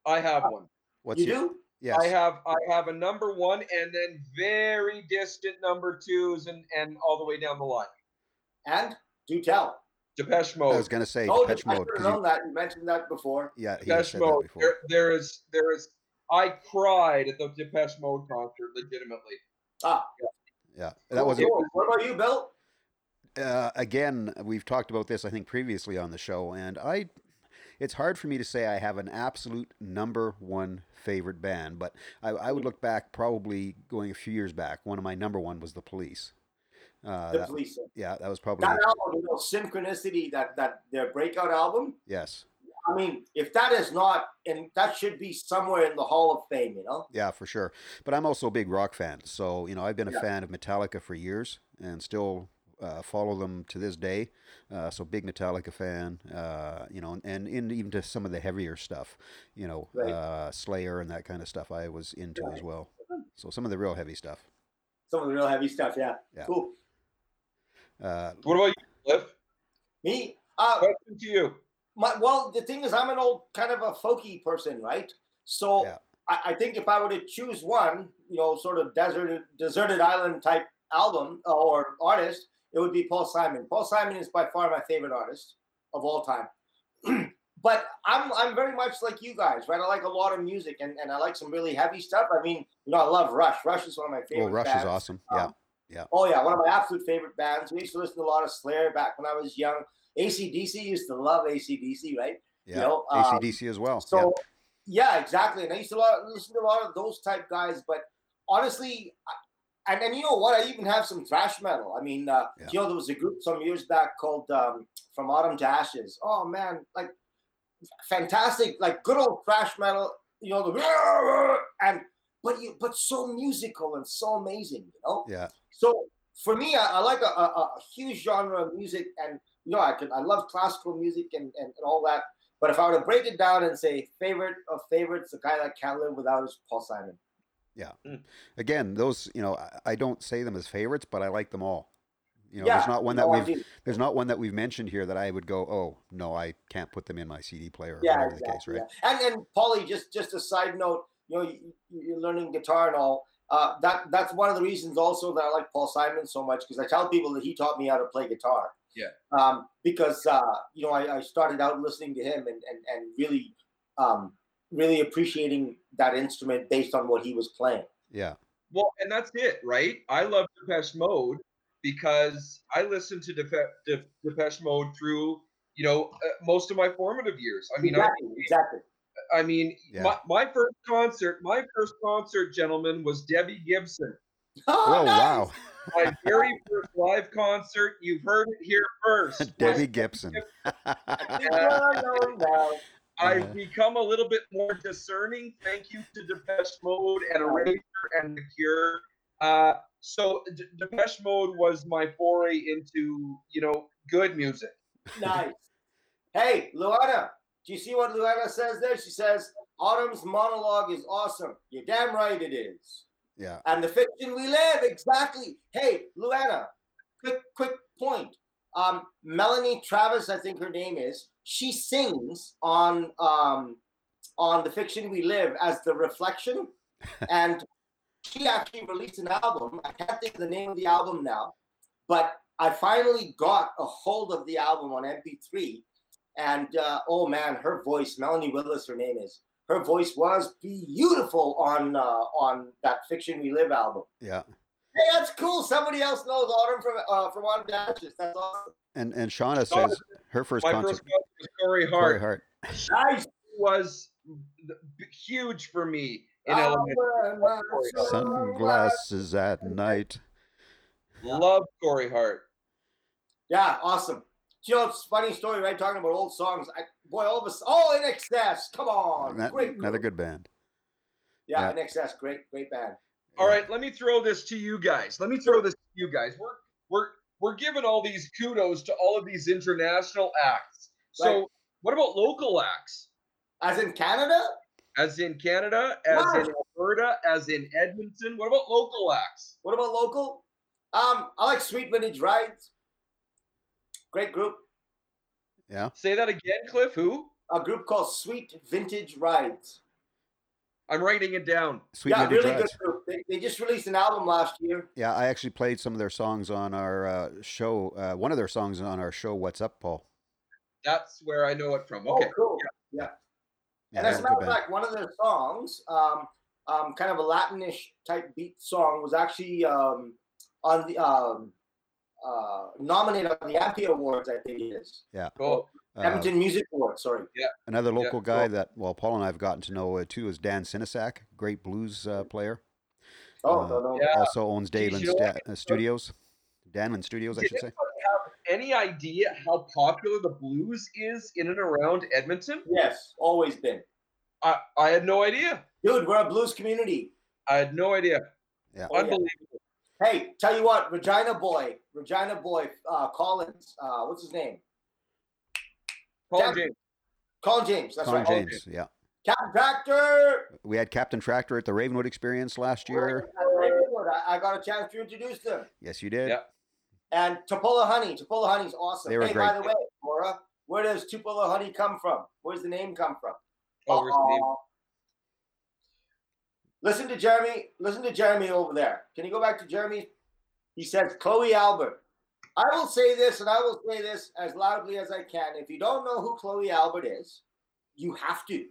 [SPEAKER 3] I have one.
[SPEAKER 1] What's
[SPEAKER 2] you
[SPEAKER 1] your,
[SPEAKER 2] do?
[SPEAKER 1] Yes.
[SPEAKER 3] I have I have a number one and then very distant number twos and and all the way down the line.
[SPEAKER 2] And do tell.
[SPEAKER 3] Depeche
[SPEAKER 1] I
[SPEAKER 3] Mode.
[SPEAKER 1] was going to say
[SPEAKER 2] oh,
[SPEAKER 1] Depeche
[SPEAKER 2] I
[SPEAKER 1] Mode.
[SPEAKER 2] should have
[SPEAKER 1] 'cause you-
[SPEAKER 2] known that. You mentioned that before.
[SPEAKER 1] yeah, he has
[SPEAKER 3] Depeche
[SPEAKER 1] said that
[SPEAKER 3] Mode.
[SPEAKER 1] before.
[SPEAKER 3] There, there is there is. I cried at the Depeche Mode concert, legitimately.
[SPEAKER 2] Ah,
[SPEAKER 1] Yeah. That was
[SPEAKER 2] cool. What about you, Bill?
[SPEAKER 1] uh, again, we've talked about this, I think, previously on the show, and I, it's hard for me to say I have an absolute number one favorite band, but I, I would look back probably going a few years back. One of my number one was the Police. Uh,
[SPEAKER 2] The
[SPEAKER 1] that-
[SPEAKER 2] police.
[SPEAKER 1] yeah, that was probably
[SPEAKER 2] That album, you know, Synchronicity, that that their breakout album.
[SPEAKER 1] yes,
[SPEAKER 2] I mean, if that is not, and that should be somewhere in the Hall of Fame, you know?
[SPEAKER 1] yeah, for sure. But I'm also a big rock fan, so you know I've been a
[SPEAKER 2] Yeah.
[SPEAKER 1] fan of Metallica for years and still. Uh, follow them to this day, uh, so big Metallica fan, uh, you know, and, and in even to some of the heavier stuff, you know,
[SPEAKER 2] Right.
[SPEAKER 1] uh, Slayer and that kind of stuff I was into as
[SPEAKER 2] Right.
[SPEAKER 1] well. So some of the real heavy stuff.
[SPEAKER 2] Some of the real heavy stuff, yeah.
[SPEAKER 1] Yeah.
[SPEAKER 2] Cool.
[SPEAKER 1] Uh,
[SPEAKER 3] What about you, Cliff?
[SPEAKER 2] Me? Uh,
[SPEAKER 3] Question to you.
[SPEAKER 2] my, well, the thing is, I'm an old kind of a folky person, right? So
[SPEAKER 1] Yeah.
[SPEAKER 2] I, I think if I were to choose one, you know, sort of desert, deserted island type album uh, or artist, it would be Paul Simon. Paul Simon is by far my favorite artist of all time. <clears throat> but I'm I'm very much like you guys, right? I like a lot of music and, and I like some really heavy stuff. I mean, you know, I love Rush. Rush is one of my
[SPEAKER 1] well,
[SPEAKER 2] favorite.
[SPEAKER 1] Oh, Rush is
[SPEAKER 2] bands.
[SPEAKER 1] awesome.
[SPEAKER 2] Um,
[SPEAKER 1] Yeah,
[SPEAKER 2] Oh yeah, one of my absolute favorite bands. We used to listen to a lot of Slayer back when I was young. ACDC used to love ACDC, right?
[SPEAKER 1] yeah.
[SPEAKER 2] You know, um,
[SPEAKER 1] ACDC as well.
[SPEAKER 2] So yeah. exactly. And I used to lo- listen to a lot of those type guys, but honestly, I- and and you know what? I even have some thrash metal. I mean, uh,
[SPEAKER 1] Yeah.
[SPEAKER 2] you know, there was a group some years back called um, From Autumn to Ashes. Oh man, like fantastic, like good old thrash metal. You know, the and but you but so musical and so amazing. You know.
[SPEAKER 1] yeah, yeah.
[SPEAKER 2] So for me, I, I like a, a, a huge genre of music, and you know, I can I love classical music and, and, and all that. But if I were to break it down and say favorite of favorites, the guy that can't live without is Paul Simon.
[SPEAKER 1] Again, those you know I, I don't say them as favorites, but I like them all. You know, there's not one that
[SPEAKER 2] no, I
[SPEAKER 1] we've
[SPEAKER 2] do.
[SPEAKER 1] there's not one that we've mentioned here that I would go, oh no, I can't put them in my CD player or
[SPEAKER 2] yeah,
[SPEAKER 1] whatever
[SPEAKER 2] exactly,
[SPEAKER 1] the case, right?
[SPEAKER 2] yeah. And and Paulie, just just a side note, you know, you, you're learning guitar and all. Uh, that that's one of the reasons also that I like Paul Simon so much because I tell people that he taught me how to play guitar.
[SPEAKER 3] Yeah.
[SPEAKER 2] Um, because uh, you know I, I started out listening to him and and and really, um, really appreciating that instrument based on what he was playing.
[SPEAKER 1] Yeah,
[SPEAKER 3] Well, and that's it, right? I love Depeche Mode because I listened to Depe- De- Depeche Mode through, you know, uh, most of my formative years. I mean,
[SPEAKER 2] exactly, exactly. <laughs>
[SPEAKER 3] I, I mean,
[SPEAKER 1] Yeah.
[SPEAKER 3] my, my first concert, my first concert, gentlemen, was Debbie Gibson.
[SPEAKER 1] Oh,
[SPEAKER 2] Oh, <laughs>
[SPEAKER 1] wow,
[SPEAKER 3] My very first live concert.
[SPEAKER 1] <laughs>
[SPEAKER 3] You've heard it here first.
[SPEAKER 1] Debbie Gibson.
[SPEAKER 2] nice. No, no, no.
[SPEAKER 3] I've become a little bit more discerning. Thank you to Depeche Mode and Erasure and The Cure. Uh, so D- Depeche Mode was my foray into you know good music.
[SPEAKER 2] nice. Hey, Luana, do you see what Luana says there? She says, Autumn's monologue is awesome. You're damn right it is.
[SPEAKER 1] <laughs> Yeah.
[SPEAKER 2] And the fiction we live, exactly. Hey, Luana, quick, quick point. Um, Melanie Travis, I think her name is, she sings on um, on the fiction we live as the reflection. and she actually released an album. I can't think of the name of the album now, but I finally got a hold of the album on MP3. And uh, oh man, her voice, Melanie Willis, her name is. Her voice was beautiful on uh, on that Fiction We Live album.
[SPEAKER 1] Yeah.
[SPEAKER 2] Hey, that's cool. Somebody else knows Autumn from uh, from Autumn Dashes. That's awesome.
[SPEAKER 1] And and Shauna
[SPEAKER 3] Shauna-
[SPEAKER 1] says her first
[SPEAKER 3] my
[SPEAKER 1] concert.
[SPEAKER 3] first concert was Corey
[SPEAKER 1] Corey
[SPEAKER 3] Hart.
[SPEAKER 1] Hart.
[SPEAKER 2] Nice.
[SPEAKER 3] was th- huge for me in
[SPEAKER 2] Oh,
[SPEAKER 3] elementary.
[SPEAKER 2] Sunglasses.
[SPEAKER 1] Sunglasses at night.
[SPEAKER 3] Love Corey Hart.
[SPEAKER 2] Yeah, awesome. Do you know, it's a funny story, right? Talking about old songs. I, boy, all of us, oh, in excess. Come on.
[SPEAKER 1] That-
[SPEAKER 2] great. group.
[SPEAKER 1] another good band.
[SPEAKER 2] Yeah,
[SPEAKER 1] yeah.
[SPEAKER 2] in excess. Great, great band.
[SPEAKER 3] All right, let me throw this to you guys. Let me throw this to you guys. We're we're we're giving all these kudos to all of these international acts. So
[SPEAKER 2] Right.
[SPEAKER 3] what about local acts?
[SPEAKER 2] As in Canada?
[SPEAKER 3] As in Canada, as in
[SPEAKER 2] Wow.
[SPEAKER 3] Alberta, as in Edmonton. What about local acts?
[SPEAKER 2] What about local? Um, I like Sweet Vintage Rides. Great group.
[SPEAKER 1] Yeah.
[SPEAKER 3] Say that again, Cliff. Who?
[SPEAKER 2] A group called Sweet Vintage Rides.
[SPEAKER 3] I'm writing it down.
[SPEAKER 1] Sweet
[SPEAKER 2] yeah,
[SPEAKER 1] Lady
[SPEAKER 2] really
[SPEAKER 1] Drives.
[SPEAKER 2] good group. They, they just released an album last year.
[SPEAKER 1] Yeah, I actually played some of their songs on our uh, show. Uh, one of their songs on our show, What's Up, Paul?
[SPEAKER 3] That's where I know it from. Okay.
[SPEAKER 2] Oh, cool. Yeah.
[SPEAKER 1] Yeah,
[SPEAKER 2] and as a
[SPEAKER 1] they're a
[SPEAKER 2] matter
[SPEAKER 1] good
[SPEAKER 2] of
[SPEAKER 1] band.
[SPEAKER 2] fact, one of their songs, um, um, kind of a Latinish type beat song, was actually um, on the um, uh, nominated on the AMPI Awards, I think it is.
[SPEAKER 3] Cool.
[SPEAKER 1] Uh,
[SPEAKER 2] Edmonton Music Awards, sorry.
[SPEAKER 1] another local guy
[SPEAKER 3] cool.
[SPEAKER 1] that, well, Paul and I have gotten to know uh, too is Dan Sinisak, great blues uh, player.
[SPEAKER 2] Oh,
[SPEAKER 1] uh,
[SPEAKER 2] no, no.
[SPEAKER 3] Yeah.
[SPEAKER 1] Also owns
[SPEAKER 3] Geez,
[SPEAKER 1] Dayland
[SPEAKER 3] you know
[SPEAKER 1] Sta- uh, Studios. Danland Studios, I
[SPEAKER 3] Did
[SPEAKER 1] should say.
[SPEAKER 3] any idea how popular the blues is in and around Edmonton?
[SPEAKER 2] Yes, always been.
[SPEAKER 3] I, I had no idea.
[SPEAKER 2] Dude, we're a blues community.
[SPEAKER 3] I had no idea.
[SPEAKER 1] Yeah.
[SPEAKER 2] Oh, yeah.
[SPEAKER 3] Unbelievable.
[SPEAKER 2] Hey, tell you what, Regina Boy, Regina Boy uh, Collins, uh, what's his name?
[SPEAKER 3] Paul
[SPEAKER 2] Yeah.
[SPEAKER 3] James.
[SPEAKER 2] Colin James. That's
[SPEAKER 1] Colin
[SPEAKER 2] right. Oh,
[SPEAKER 1] James, yeah.
[SPEAKER 2] Captain Tractor.
[SPEAKER 1] We had Captain Tractor at the Ravenwood Experience last year.
[SPEAKER 2] I, I got a chance to introduce them.
[SPEAKER 1] Yes, you did.
[SPEAKER 3] Yeah.
[SPEAKER 2] And Tupola honey, Tupola honey's awesome.
[SPEAKER 1] They were
[SPEAKER 2] hey, by
[SPEAKER 1] great.
[SPEAKER 2] the way, Laura, where does Tupola honey come from? Where's the name come from?
[SPEAKER 3] Oh, where's the name?
[SPEAKER 2] Uh-oh. Listen to Jeremy. Listen to Jeremy over there. Can you go back to Jeremy? He says Chloe Albert. I will say this, and I will say this as loudly as I can. If you don't know who Chloe Albert is, you have to.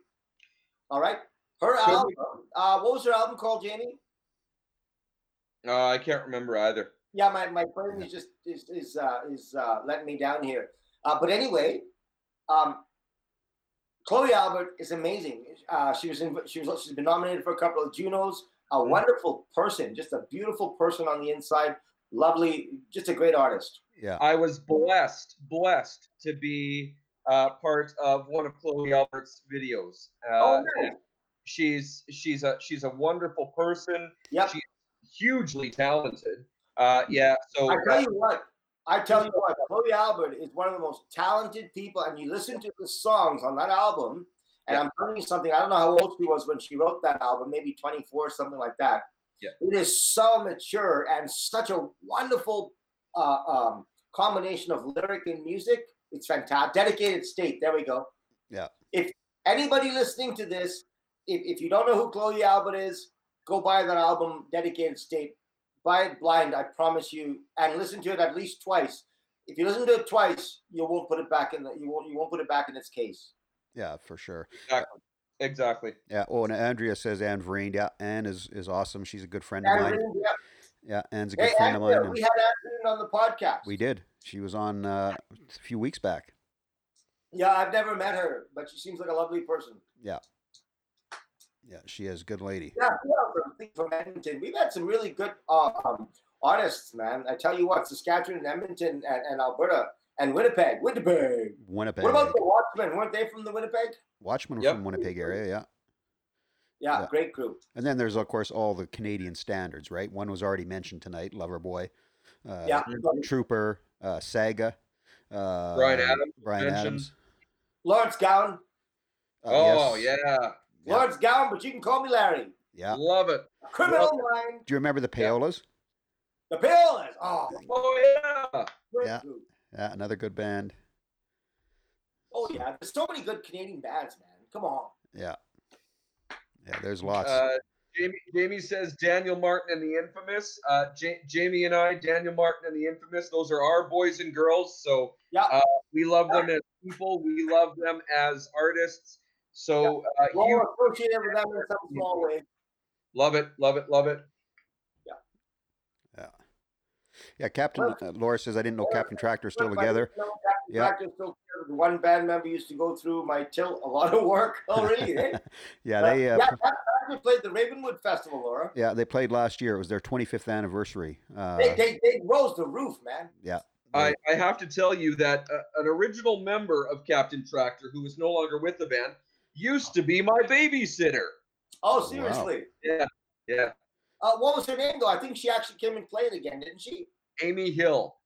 [SPEAKER 2] All right. Her
[SPEAKER 3] Should we-
[SPEAKER 2] album. Uh, what was her album called, Janie?
[SPEAKER 3] Uh, I can't remember either.
[SPEAKER 2] Yeah, my, my brain is just is is uh, is uh, letting me down here. Uh, but anyway, um, Chloe Albert is amazing. Uh, she was in, she was she's been nominated for a couple of Junos. A wonderful person, just a beautiful person on the inside. Lovely, just a great artist.
[SPEAKER 1] Yeah.
[SPEAKER 3] I was blessed, blessed to be uh, part of one of Chloe Albert's videos. Uh,
[SPEAKER 2] Oh, nice.
[SPEAKER 3] She's she's a she's a wonderful person,
[SPEAKER 2] Yep.
[SPEAKER 3] She- hugely talented. Uh, yeah. So
[SPEAKER 2] I tell you what, I tell you what, Chloe Albert is one of the most talented people, and you listen to the songs on that album. And I'm telling you something. I don't know how old she was when she wrote that album, maybe 24, something like that.
[SPEAKER 3] Yeah.
[SPEAKER 2] It is so mature and such a wonderful uh, um, combination of lyric and music. It's fantastic. Dedicated State. There we go.
[SPEAKER 1] Yeah.
[SPEAKER 2] If anybody listening to this, if, if you don't know who Chloe Albert is, go buy that album, Dedicated State buy it blind, I promise you, and listen to it at least twice. If you listen to it twice, you won't put it back in the you won't you won't put it back in its case.
[SPEAKER 1] Yeah, for sure.
[SPEAKER 3] exactly, exactly.
[SPEAKER 1] Yeah. Oh, and Andrea says Anne Vereen. Yeah, Anne is, is awesome. She's a good friend of mine.
[SPEAKER 2] Andrew, yeah.
[SPEAKER 1] Yeah, Anne's a good
[SPEAKER 2] Hey,
[SPEAKER 1] friend of
[SPEAKER 2] Andrew,
[SPEAKER 1] mine.
[SPEAKER 2] we
[SPEAKER 1] and
[SPEAKER 2] had Andrew on the podcast.
[SPEAKER 1] We did. She was on uh, a few weeks back.
[SPEAKER 2] Yeah, I've never met her, but she seems like a lovely person.
[SPEAKER 1] Yeah, she is a good lady.
[SPEAKER 2] Yeah, yeah from, from Edmonton. We've had some really good um, artists, man. I tell you what, Saskatchewan and Edmonton and, and Alberta and Winnipeg. Winnipeg.
[SPEAKER 1] Winnipeg.
[SPEAKER 2] What about the Watchmen? Weren't they from the Winnipeg?
[SPEAKER 1] Watchmen were
[SPEAKER 3] Yep.
[SPEAKER 1] from Winnipeg area, yeah.
[SPEAKER 2] Yeah,
[SPEAKER 1] Yeah.
[SPEAKER 2] great group.
[SPEAKER 1] And then there's of course all the Canadian standards, right? One was already mentioned tonight, Loverboy, uh,
[SPEAKER 2] yeah,
[SPEAKER 1] Trooper, uh, Saga, uh,
[SPEAKER 3] Bryan Adams
[SPEAKER 1] Brian
[SPEAKER 3] mentioned.
[SPEAKER 1] Adams.
[SPEAKER 2] Lawrence Gowan.
[SPEAKER 1] Uh,
[SPEAKER 3] oh
[SPEAKER 1] yes.
[SPEAKER 3] yeah,
[SPEAKER 1] Yeah.
[SPEAKER 2] Lawrence Gowan, but you can call me Larry.
[SPEAKER 1] yeah,
[SPEAKER 3] love it.
[SPEAKER 2] Criminal Mind.
[SPEAKER 1] Do you remember the
[SPEAKER 3] Yeah.
[SPEAKER 1] Paolas?
[SPEAKER 2] The Paolas. Oh,
[SPEAKER 3] Oh yeah.
[SPEAKER 2] great
[SPEAKER 1] Yeah.
[SPEAKER 2] group.
[SPEAKER 1] Yeah, another good band.
[SPEAKER 2] Oh yeah, there's so many good Canadian bands, man. Come on.
[SPEAKER 1] Yeah, yeah. There's lots.
[SPEAKER 3] Uh, Jamie, Jamie says Daniel Martin and the Infamous. Uh, Ja- Jamie and I, Daniel Martin and the Infamous, those are our boys and girls. So
[SPEAKER 2] Yeah.
[SPEAKER 3] uh, we love them as people. We love them as artists. So uh,
[SPEAKER 2] We're all
[SPEAKER 3] you
[SPEAKER 2] associated with them in some small way.
[SPEAKER 3] love it, love it, love it.
[SPEAKER 1] yeah, Captain uh, Laura says I didn't know Captain Tractor's still
[SPEAKER 2] But I
[SPEAKER 1] together.
[SPEAKER 2] know that in
[SPEAKER 1] Yeah.
[SPEAKER 2] fact, it's still together. One band member used to go through my till a lot of work <laughs> already. eh?
[SPEAKER 1] Yeah, <laughs> they uh,
[SPEAKER 2] yeah, that band played the Ravenwood Festival, Laura.
[SPEAKER 1] yeah they played last year. It was their 25th anniversary. Uh,
[SPEAKER 2] They, they, they rose the roof, man.
[SPEAKER 1] yeah,
[SPEAKER 3] I, I have to tell you that uh, an original member of Captain Tractor, who is no longer with the band, used to be my babysitter.
[SPEAKER 2] Oh, seriously.
[SPEAKER 3] Yeah, yeah.
[SPEAKER 2] Uh, what was her name, though? I think she actually came and played again, didn't she?
[SPEAKER 3] Amy Hill.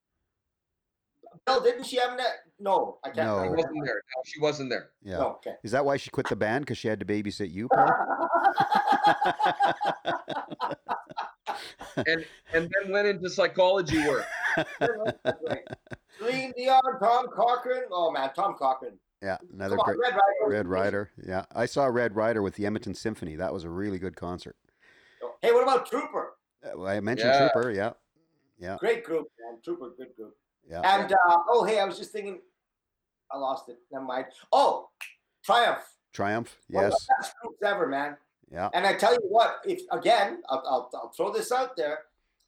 [SPEAKER 2] No, didn't she have that? No, I can't.
[SPEAKER 1] No.
[SPEAKER 3] She
[SPEAKER 2] I
[SPEAKER 3] wasn't there. No, she wasn't there.
[SPEAKER 1] yeah.
[SPEAKER 2] No, okay.
[SPEAKER 1] Is that why she quit the band? Because she had to babysit you,
[SPEAKER 3] <laughs>
[SPEAKER 1] Paul?
[SPEAKER 3] And then went into psychology work.
[SPEAKER 2] Celine Dion, Tom Cochran. Oh, man, Tom Cochran.
[SPEAKER 1] Yeah, another
[SPEAKER 2] Come on,
[SPEAKER 1] great
[SPEAKER 2] Red Rider.
[SPEAKER 1] Red Rider. Yeah, I saw Red Rider with the Edmonton Symphony. That was a really good concert.
[SPEAKER 2] Hey, what about Trooper?
[SPEAKER 1] Uh, I mentioned
[SPEAKER 3] Yeah.
[SPEAKER 1] Trooper. Yeah,
[SPEAKER 2] Great group, man. Trooper, good group.
[SPEAKER 1] Uh, yeah.
[SPEAKER 2] And uh, oh, hey, I was just thinking, I lost it. Never mind. Oh, Triumph.
[SPEAKER 1] Triumph.
[SPEAKER 2] One of
[SPEAKER 1] Yes.
[SPEAKER 2] the best groups ever, man.
[SPEAKER 1] Yeah.
[SPEAKER 2] And I tell you what, if again, I'll, I'll, I'll throw this out there.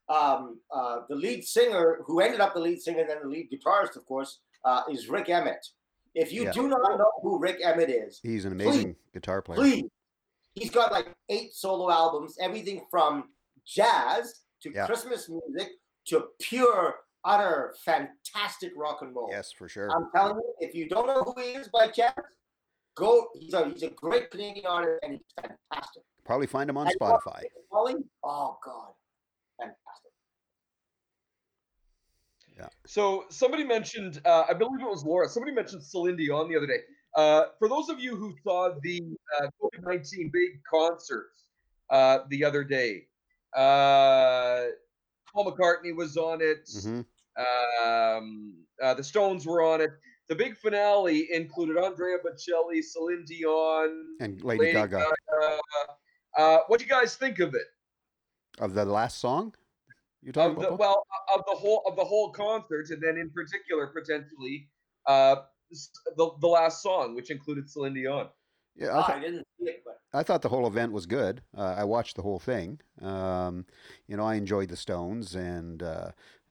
[SPEAKER 2] Um, uh, the lead singer, who ended up the lead singer, and then the lead guitarist, of course, uh, is Rick Emmett. If you
[SPEAKER 1] Yeah.
[SPEAKER 2] do not know who Rick Emmett is,
[SPEAKER 1] He's an amazing guitar player.
[SPEAKER 2] please, he's got like eight solo albums, everything from jazz to
[SPEAKER 1] Yeah.
[SPEAKER 2] Christmas music to pure, utter, fantastic rock and roll.
[SPEAKER 1] Yes, for sure.
[SPEAKER 2] I'm telling you, if you don't know who he is by chance, go. He's a, he's a great Canadian artist and he's fantastic.
[SPEAKER 1] Probably find him on
[SPEAKER 2] And you know,
[SPEAKER 1] Spotify.
[SPEAKER 2] Molly, oh God, fantastic.
[SPEAKER 3] So somebody mentioned, uh, I believe it was Laura. Somebody mentioned Celine Dion the other day. Uh, for those of you who saw the uh, COVID nineteen big concerts uh, the other day, uh, Paul McCartney was on it.
[SPEAKER 1] hmm
[SPEAKER 3] Um, uh, the Stones were on it. The big finale included Andrea Bocelli, Celine Dion,
[SPEAKER 1] And Lady, Gaga.
[SPEAKER 3] Gaga. Uh, what do you guys think of it?
[SPEAKER 1] Of the last song you're
[SPEAKER 3] of
[SPEAKER 1] talking
[SPEAKER 3] the,
[SPEAKER 1] about?
[SPEAKER 3] well of the whole of the whole concert and then in particular potentially uh s- the, the last song which included Celine Dion
[SPEAKER 1] yeah, I,
[SPEAKER 2] Ah,
[SPEAKER 1] th-
[SPEAKER 2] I didn't see it, but
[SPEAKER 1] I thought the whole event was good. Uh, I watched the whole thing. Um, you know, I enjoyed the Stones, and uh,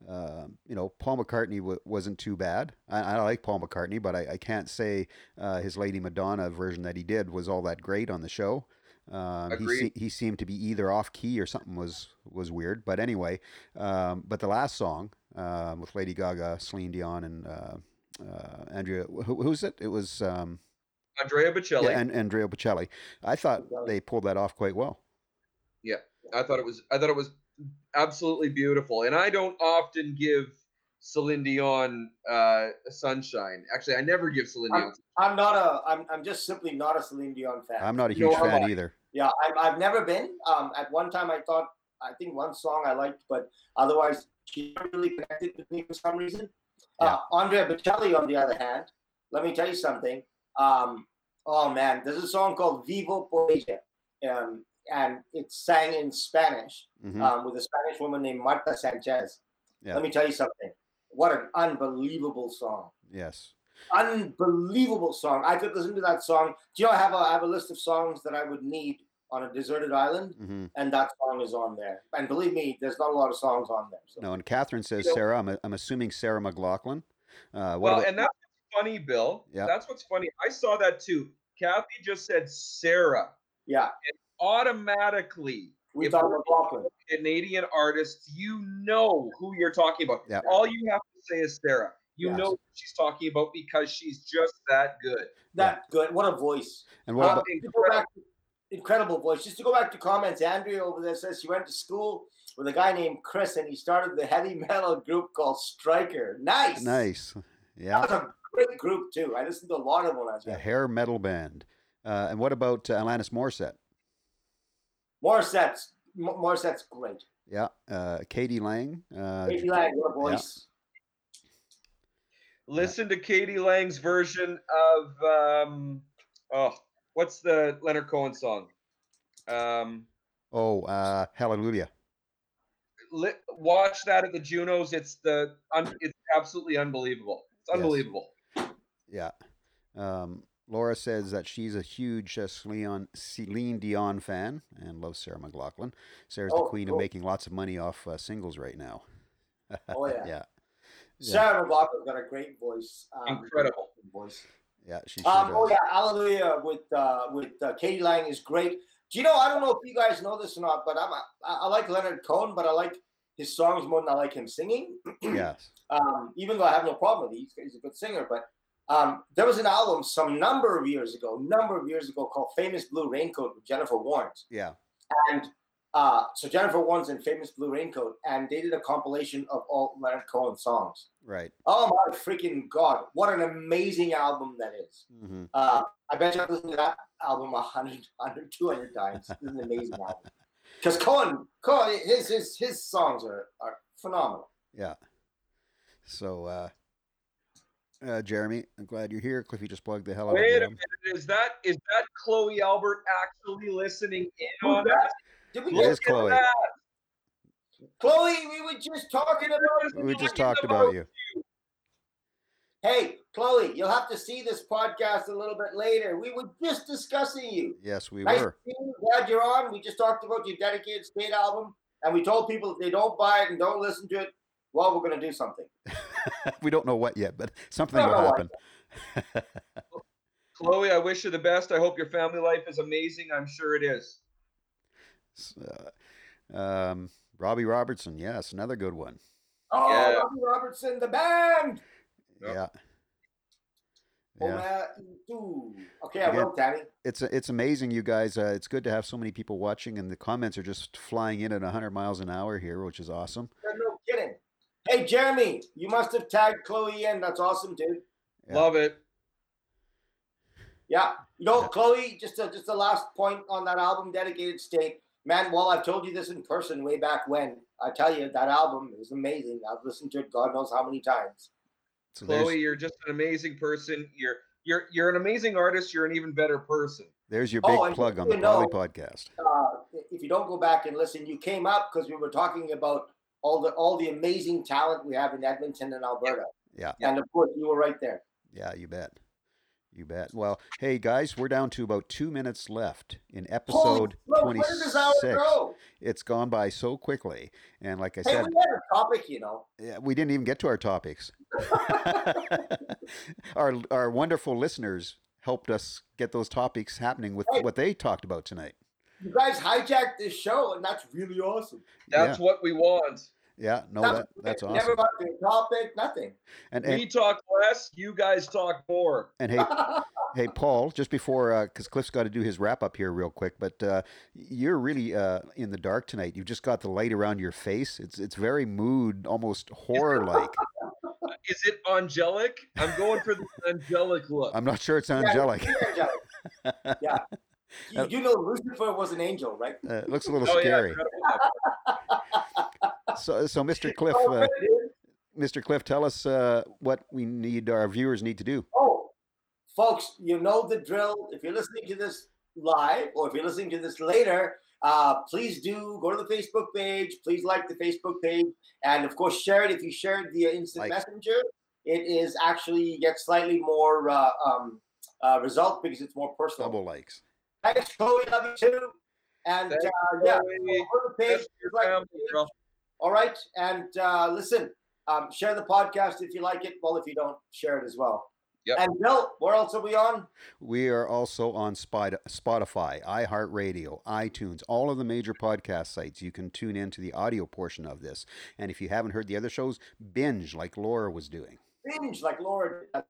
[SPEAKER 1] uh, you know, Paul McCartney w- wasn't too bad. I, I like Paul McCartney, but I, I can't say uh, his Lady Madonna version that he did was all that great on the show. Um, he, se-
[SPEAKER 3] Agreed.
[SPEAKER 1] he seemed to be either off key or something was was weird. But anyway, um, but the last song um, with Lady Gaga, Celine Dion, and uh, uh, Andrea, who, who's it? It was. Um,
[SPEAKER 3] Andrea Bocelli
[SPEAKER 1] yeah, and Andrea Bocelli. I thought
[SPEAKER 2] Bocelli.
[SPEAKER 1] they pulled that off quite well.
[SPEAKER 3] I thought it was I thought it was absolutely beautiful and I don't often give Celine Dion uh sunshine actually I never give Celine
[SPEAKER 2] I'm-
[SPEAKER 3] Dion
[SPEAKER 2] I'm not a. I'm, I'm just simply not a Celine Dion fan.
[SPEAKER 1] I'm not a
[SPEAKER 3] You know,
[SPEAKER 1] huge
[SPEAKER 3] I'm
[SPEAKER 1] fan
[SPEAKER 3] like-
[SPEAKER 1] either.
[SPEAKER 2] yeah, I've, I've never been. Um, at one time, I thought I think one song I liked, but otherwise she never really connected with me for some reason. Uh, Andrea Bocelli, on the other hand, let me tell you something. Um, oh man, there's a song called "Vivo Poesia," um, and it's sang in Spanish.
[SPEAKER 1] Mhm.
[SPEAKER 3] Uh,
[SPEAKER 2] um, with a Spanish woman named Marta Sanchez.
[SPEAKER 1] Yeah.
[SPEAKER 2] Let me tell you something. What an unbelievable song!
[SPEAKER 1] yes.
[SPEAKER 2] Unbelievable song. I could listen to that song. Do you know I have a I have a list of songs that I would need on a deserted island,
[SPEAKER 1] hmm
[SPEAKER 2] and that song is on there. And believe me, there's not a lot of songs on there. So.
[SPEAKER 1] No, and Catherine says
[SPEAKER 3] You know-
[SPEAKER 1] Sarah. I'm, I'm assuming Sarah McLaughlin. Uh, what
[SPEAKER 3] well
[SPEAKER 1] about-
[SPEAKER 3] and that's what's funny Bill
[SPEAKER 1] Yeah.
[SPEAKER 3] that's what's funny I saw that too Kathy just said Sarah
[SPEAKER 2] Yeah,
[SPEAKER 3] automatically
[SPEAKER 2] we
[SPEAKER 3] if
[SPEAKER 2] thought
[SPEAKER 3] we're-
[SPEAKER 2] McLaughlin.
[SPEAKER 3] Canadian artists, you know who you're talking about.
[SPEAKER 1] Yeah.
[SPEAKER 3] All you have to say is Sarah. You
[SPEAKER 1] Yes.
[SPEAKER 3] know what she's talking about because she's just that good.
[SPEAKER 2] That good. What a voice.
[SPEAKER 1] And what
[SPEAKER 3] Uh,
[SPEAKER 1] about
[SPEAKER 2] To go back to- incredible voice. Just to go back to comments, Andrea over there says she went to school with a guy named Chris and he started the heavy metal group called Striker. Nice.
[SPEAKER 1] nice?
[SPEAKER 2] That
[SPEAKER 1] Yeah,
[SPEAKER 2] was a great group too. I listened to a lot of them when I was
[SPEAKER 1] a
[SPEAKER 2] young.
[SPEAKER 1] hair metal band. Uh, and what about uh, Alanis Morissette?
[SPEAKER 2] Morissette's Mo- Morissette's great.
[SPEAKER 1] Yeah, uh, Katie Lang. Uh,
[SPEAKER 2] Katie Lang, what
[SPEAKER 1] <laughs>
[SPEAKER 2] a voice.
[SPEAKER 3] Listen to Katie Lang's version of um, oh, what's the Leonard Cohen song? Um,
[SPEAKER 1] Oh, uh, Hallelujah.
[SPEAKER 3] li- watch that at the Junos. It's the un- it's absolutely unbelievable. It's
[SPEAKER 1] Yes.
[SPEAKER 3] unbelievable.
[SPEAKER 1] Yeah. Um, Laura says that she's a huge uh, Celine, Celine Dion fan and loves Sarah McLaughlin. Sarah's the
[SPEAKER 2] Oh,
[SPEAKER 1] queen
[SPEAKER 2] cool.
[SPEAKER 1] of making lots of money off uh, singles right now.
[SPEAKER 2] Oh yeah.
[SPEAKER 1] Yeah,
[SPEAKER 2] Sarah McLaughlin's got a great voice. Um,
[SPEAKER 3] Incredible.
[SPEAKER 2] voice.
[SPEAKER 1] yeah, she sure
[SPEAKER 2] Um,
[SPEAKER 1] does.
[SPEAKER 2] oh yeah, Hallelujah with uh, with uh, Katie Lang is great. Do you know? I don't know if you guys know this or not, but I'm a, I I like Leonard Cohen, but I like his songs more than I like him singing.
[SPEAKER 1] Yes.
[SPEAKER 2] Um, even though I have no problem with it, he's, he's a good singer. But um, there was an album some number of years ago, number of years ago, called "Famous Blue Raincoat" with Jennifer Warnes.
[SPEAKER 1] Yeah.
[SPEAKER 2] And uh, so Jennifer Warnes in "Famous Blue Raincoat," and they did a compilation of all Leonard Cohen songs.
[SPEAKER 1] Right.
[SPEAKER 2] Oh my freaking god! What an amazing album that is.
[SPEAKER 1] hmm
[SPEAKER 2] Uh, I bet you I've listened to that album <laughs> 100, 100 200 times. It's an amazing album. Because Cohen, Cohen, his his his songs are, are phenomenal.
[SPEAKER 1] Yeah. So, uh, uh, Jeremy, I'm glad you're here. Cliffy just plugged the hell out
[SPEAKER 3] Wait a
[SPEAKER 1] of him.
[SPEAKER 3] minute. Is that is that Chloe Albert actually listening in
[SPEAKER 2] Who's
[SPEAKER 3] on
[SPEAKER 2] that?
[SPEAKER 3] us?
[SPEAKER 2] Did we
[SPEAKER 1] It is
[SPEAKER 2] just,
[SPEAKER 1] Chloe.
[SPEAKER 3] that.
[SPEAKER 2] Chloe? We were just talking about.
[SPEAKER 1] We just talked about you.
[SPEAKER 2] Hey, Chloe, you'll have to see this podcast a little bit later. We were just discussing you.
[SPEAKER 1] Yes, we
[SPEAKER 2] nice
[SPEAKER 1] were. <laughs>
[SPEAKER 2] to see you. Glad you're on. We just talked about your dedicated state album, and we told people if they don't buy it and don't listen to it, well, we're going to do something.
[SPEAKER 1] we don't know what yet, but something
[SPEAKER 2] No,
[SPEAKER 1] will
[SPEAKER 2] no, I-
[SPEAKER 1] happen. <laughs>
[SPEAKER 3] Chloe, I wish you the best. I hope your family life is amazing. I'm sure it is.
[SPEAKER 1] So, um, Robbie Robertson. Yes, another good one.
[SPEAKER 2] Oh,
[SPEAKER 3] Yeah.
[SPEAKER 2] Robbie Robertson, the band.
[SPEAKER 1] Yeah.
[SPEAKER 2] Oh,
[SPEAKER 1] Yeah.
[SPEAKER 2] man, dude. Okay, I
[SPEAKER 1] Again.
[SPEAKER 2] will, Tammy.
[SPEAKER 1] It's it's amazing, you guys. Uh, it's good to have so many people watching, and the comments are just flying in at 100 miles an hour here, which is awesome.
[SPEAKER 2] There's no kidding. Hey, Jeremy, you must have tagged Chloe in. That's awesome, dude.
[SPEAKER 1] Yeah.
[SPEAKER 3] Love it.
[SPEAKER 2] Yeah. You know,
[SPEAKER 1] Yeah.
[SPEAKER 2] Chloe, just a, just the last point on that album, Dedicated State. Man, well, I've told you this in person way back when. I tell you, that album is amazing. I've listened to it God knows how many times.
[SPEAKER 1] So
[SPEAKER 3] Chloe,
[SPEAKER 1] there's,
[SPEAKER 3] you're just an amazing person. You're you're you're an amazing artist. You're an even better person.
[SPEAKER 1] there's your big
[SPEAKER 2] Oh, and
[SPEAKER 1] plug on the
[SPEAKER 2] you know-
[SPEAKER 1] Poly Podcast.
[SPEAKER 2] Uh, if you don't go back and listen, you came up because we were talking about all the all the amazing talent we have in Edmonton and Alberta.
[SPEAKER 1] Yeah.
[SPEAKER 2] And of course, you were right there.
[SPEAKER 1] Yeah, you bet. You bet. Well, hey guys, we're down to about two minutes left in
[SPEAKER 2] Holy
[SPEAKER 1] episode
[SPEAKER 2] smoke, where did this hour
[SPEAKER 1] 26.
[SPEAKER 2] go?
[SPEAKER 1] It's gone by so quickly, and like I
[SPEAKER 2] Hey,
[SPEAKER 1] said,
[SPEAKER 2] we had a topic, you know.
[SPEAKER 1] Yeah, we didn't even get to our topics. our our wonderful listeners helped us get those topics happening with
[SPEAKER 2] Hey.
[SPEAKER 1] what they talked about tonight.
[SPEAKER 2] You guys hijacked this show, and that's really awesome.
[SPEAKER 3] That's what we want.
[SPEAKER 1] yeah, yeah, no, that, that's
[SPEAKER 2] we
[SPEAKER 1] awesome.
[SPEAKER 2] Never got to a topic, nothing.
[SPEAKER 1] and, and
[SPEAKER 3] we talk less. You guys talk more.
[SPEAKER 1] and hey, hey, Paul, just before because Cliff's got to do his wrap up here real quick, but uh, you're really uh, in the dark tonight. You've just got the light around your face. It's it's very mood, almost horror like.
[SPEAKER 3] Is it angelic? I'm going
[SPEAKER 1] <laughs>
[SPEAKER 3] for the angelic look.
[SPEAKER 1] I'm not sure it's angelic.
[SPEAKER 2] yeah.
[SPEAKER 1] <laughs>
[SPEAKER 2] yeah. <laughs> You do know Lucifer was an angel, right?
[SPEAKER 1] Uh, it looks a little
[SPEAKER 3] Oh, yeah, I
[SPEAKER 1] scary.
[SPEAKER 3] forgot about that.
[SPEAKER 1] so, so Mr. Cliff.
[SPEAKER 2] Oh,
[SPEAKER 1] Uh, Mr. Cliff, tell us uh, what we need our viewers need to do.
[SPEAKER 2] Oh, folks, you know the drill. If you're listening to this live or if you're listening to this later, uh, please do go to the Facebook page. Please like the Facebook page. And of course, share it. If you share it via Instant
[SPEAKER 1] Like.
[SPEAKER 2] Messenger, it is actually you get slightly more uh, um, uh, result because it's more personal.
[SPEAKER 1] Double likes.
[SPEAKER 2] Thanks, Chloe. Love you too. And uh,
[SPEAKER 3] Thanks,
[SPEAKER 2] yeah,
[SPEAKER 3] Chloe.
[SPEAKER 2] go to the page.
[SPEAKER 3] Best of your
[SPEAKER 2] like the
[SPEAKER 3] family,
[SPEAKER 2] page.
[SPEAKER 3] girl.
[SPEAKER 2] All right. And uh, listen, um, share the podcast if you like it. Well, if you don't, share it as well.
[SPEAKER 3] Yep.
[SPEAKER 2] And Bill, where else are we on?
[SPEAKER 1] We are also on Spot- Spotify, iHeartRadio, iTunes, all of the major podcast sites. You can tune in to the audio portion of this. And if you haven't heard the other shows, binge like Laura was doing.
[SPEAKER 2] binge like Laura does.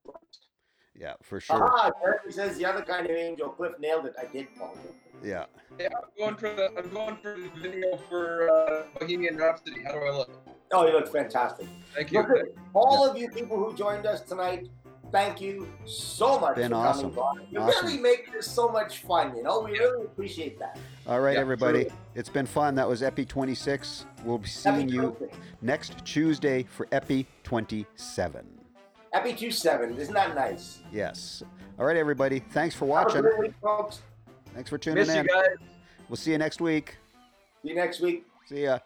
[SPEAKER 1] Yeah, for sure.
[SPEAKER 2] Ah, Jeremy says the other kind of angel. Cliff nailed it. I did, Paul.
[SPEAKER 1] Yeah.
[SPEAKER 3] Yeah, I'm going for the I'm going for the video for uh, Bohemian Rhapsody. How do I look?
[SPEAKER 2] Oh, you look fantastic.
[SPEAKER 3] Thank you.
[SPEAKER 2] Look at all of you people who joined us tonight. Thank you so much
[SPEAKER 1] been
[SPEAKER 2] for
[SPEAKER 1] awesome.
[SPEAKER 2] coming by. You
[SPEAKER 1] Awesome.
[SPEAKER 2] really make this so much fun. You know, we really appreciate that.
[SPEAKER 1] All right,
[SPEAKER 3] Yeah,
[SPEAKER 1] everybody. It's been fun. That was Epi 26. We'll be seeing you
[SPEAKER 2] terrific.
[SPEAKER 1] next Tuesday for Epi 27.
[SPEAKER 2] Happy two seven. Isn't that nice?
[SPEAKER 1] Yes. All right, everybody. Thanks for
[SPEAKER 2] Have a
[SPEAKER 1] watching.
[SPEAKER 2] great week, folks.
[SPEAKER 1] Thanks for tuning
[SPEAKER 3] Miss you
[SPEAKER 1] in.
[SPEAKER 3] guys.
[SPEAKER 1] We'll see you next week.
[SPEAKER 2] See you next week.
[SPEAKER 1] See ya.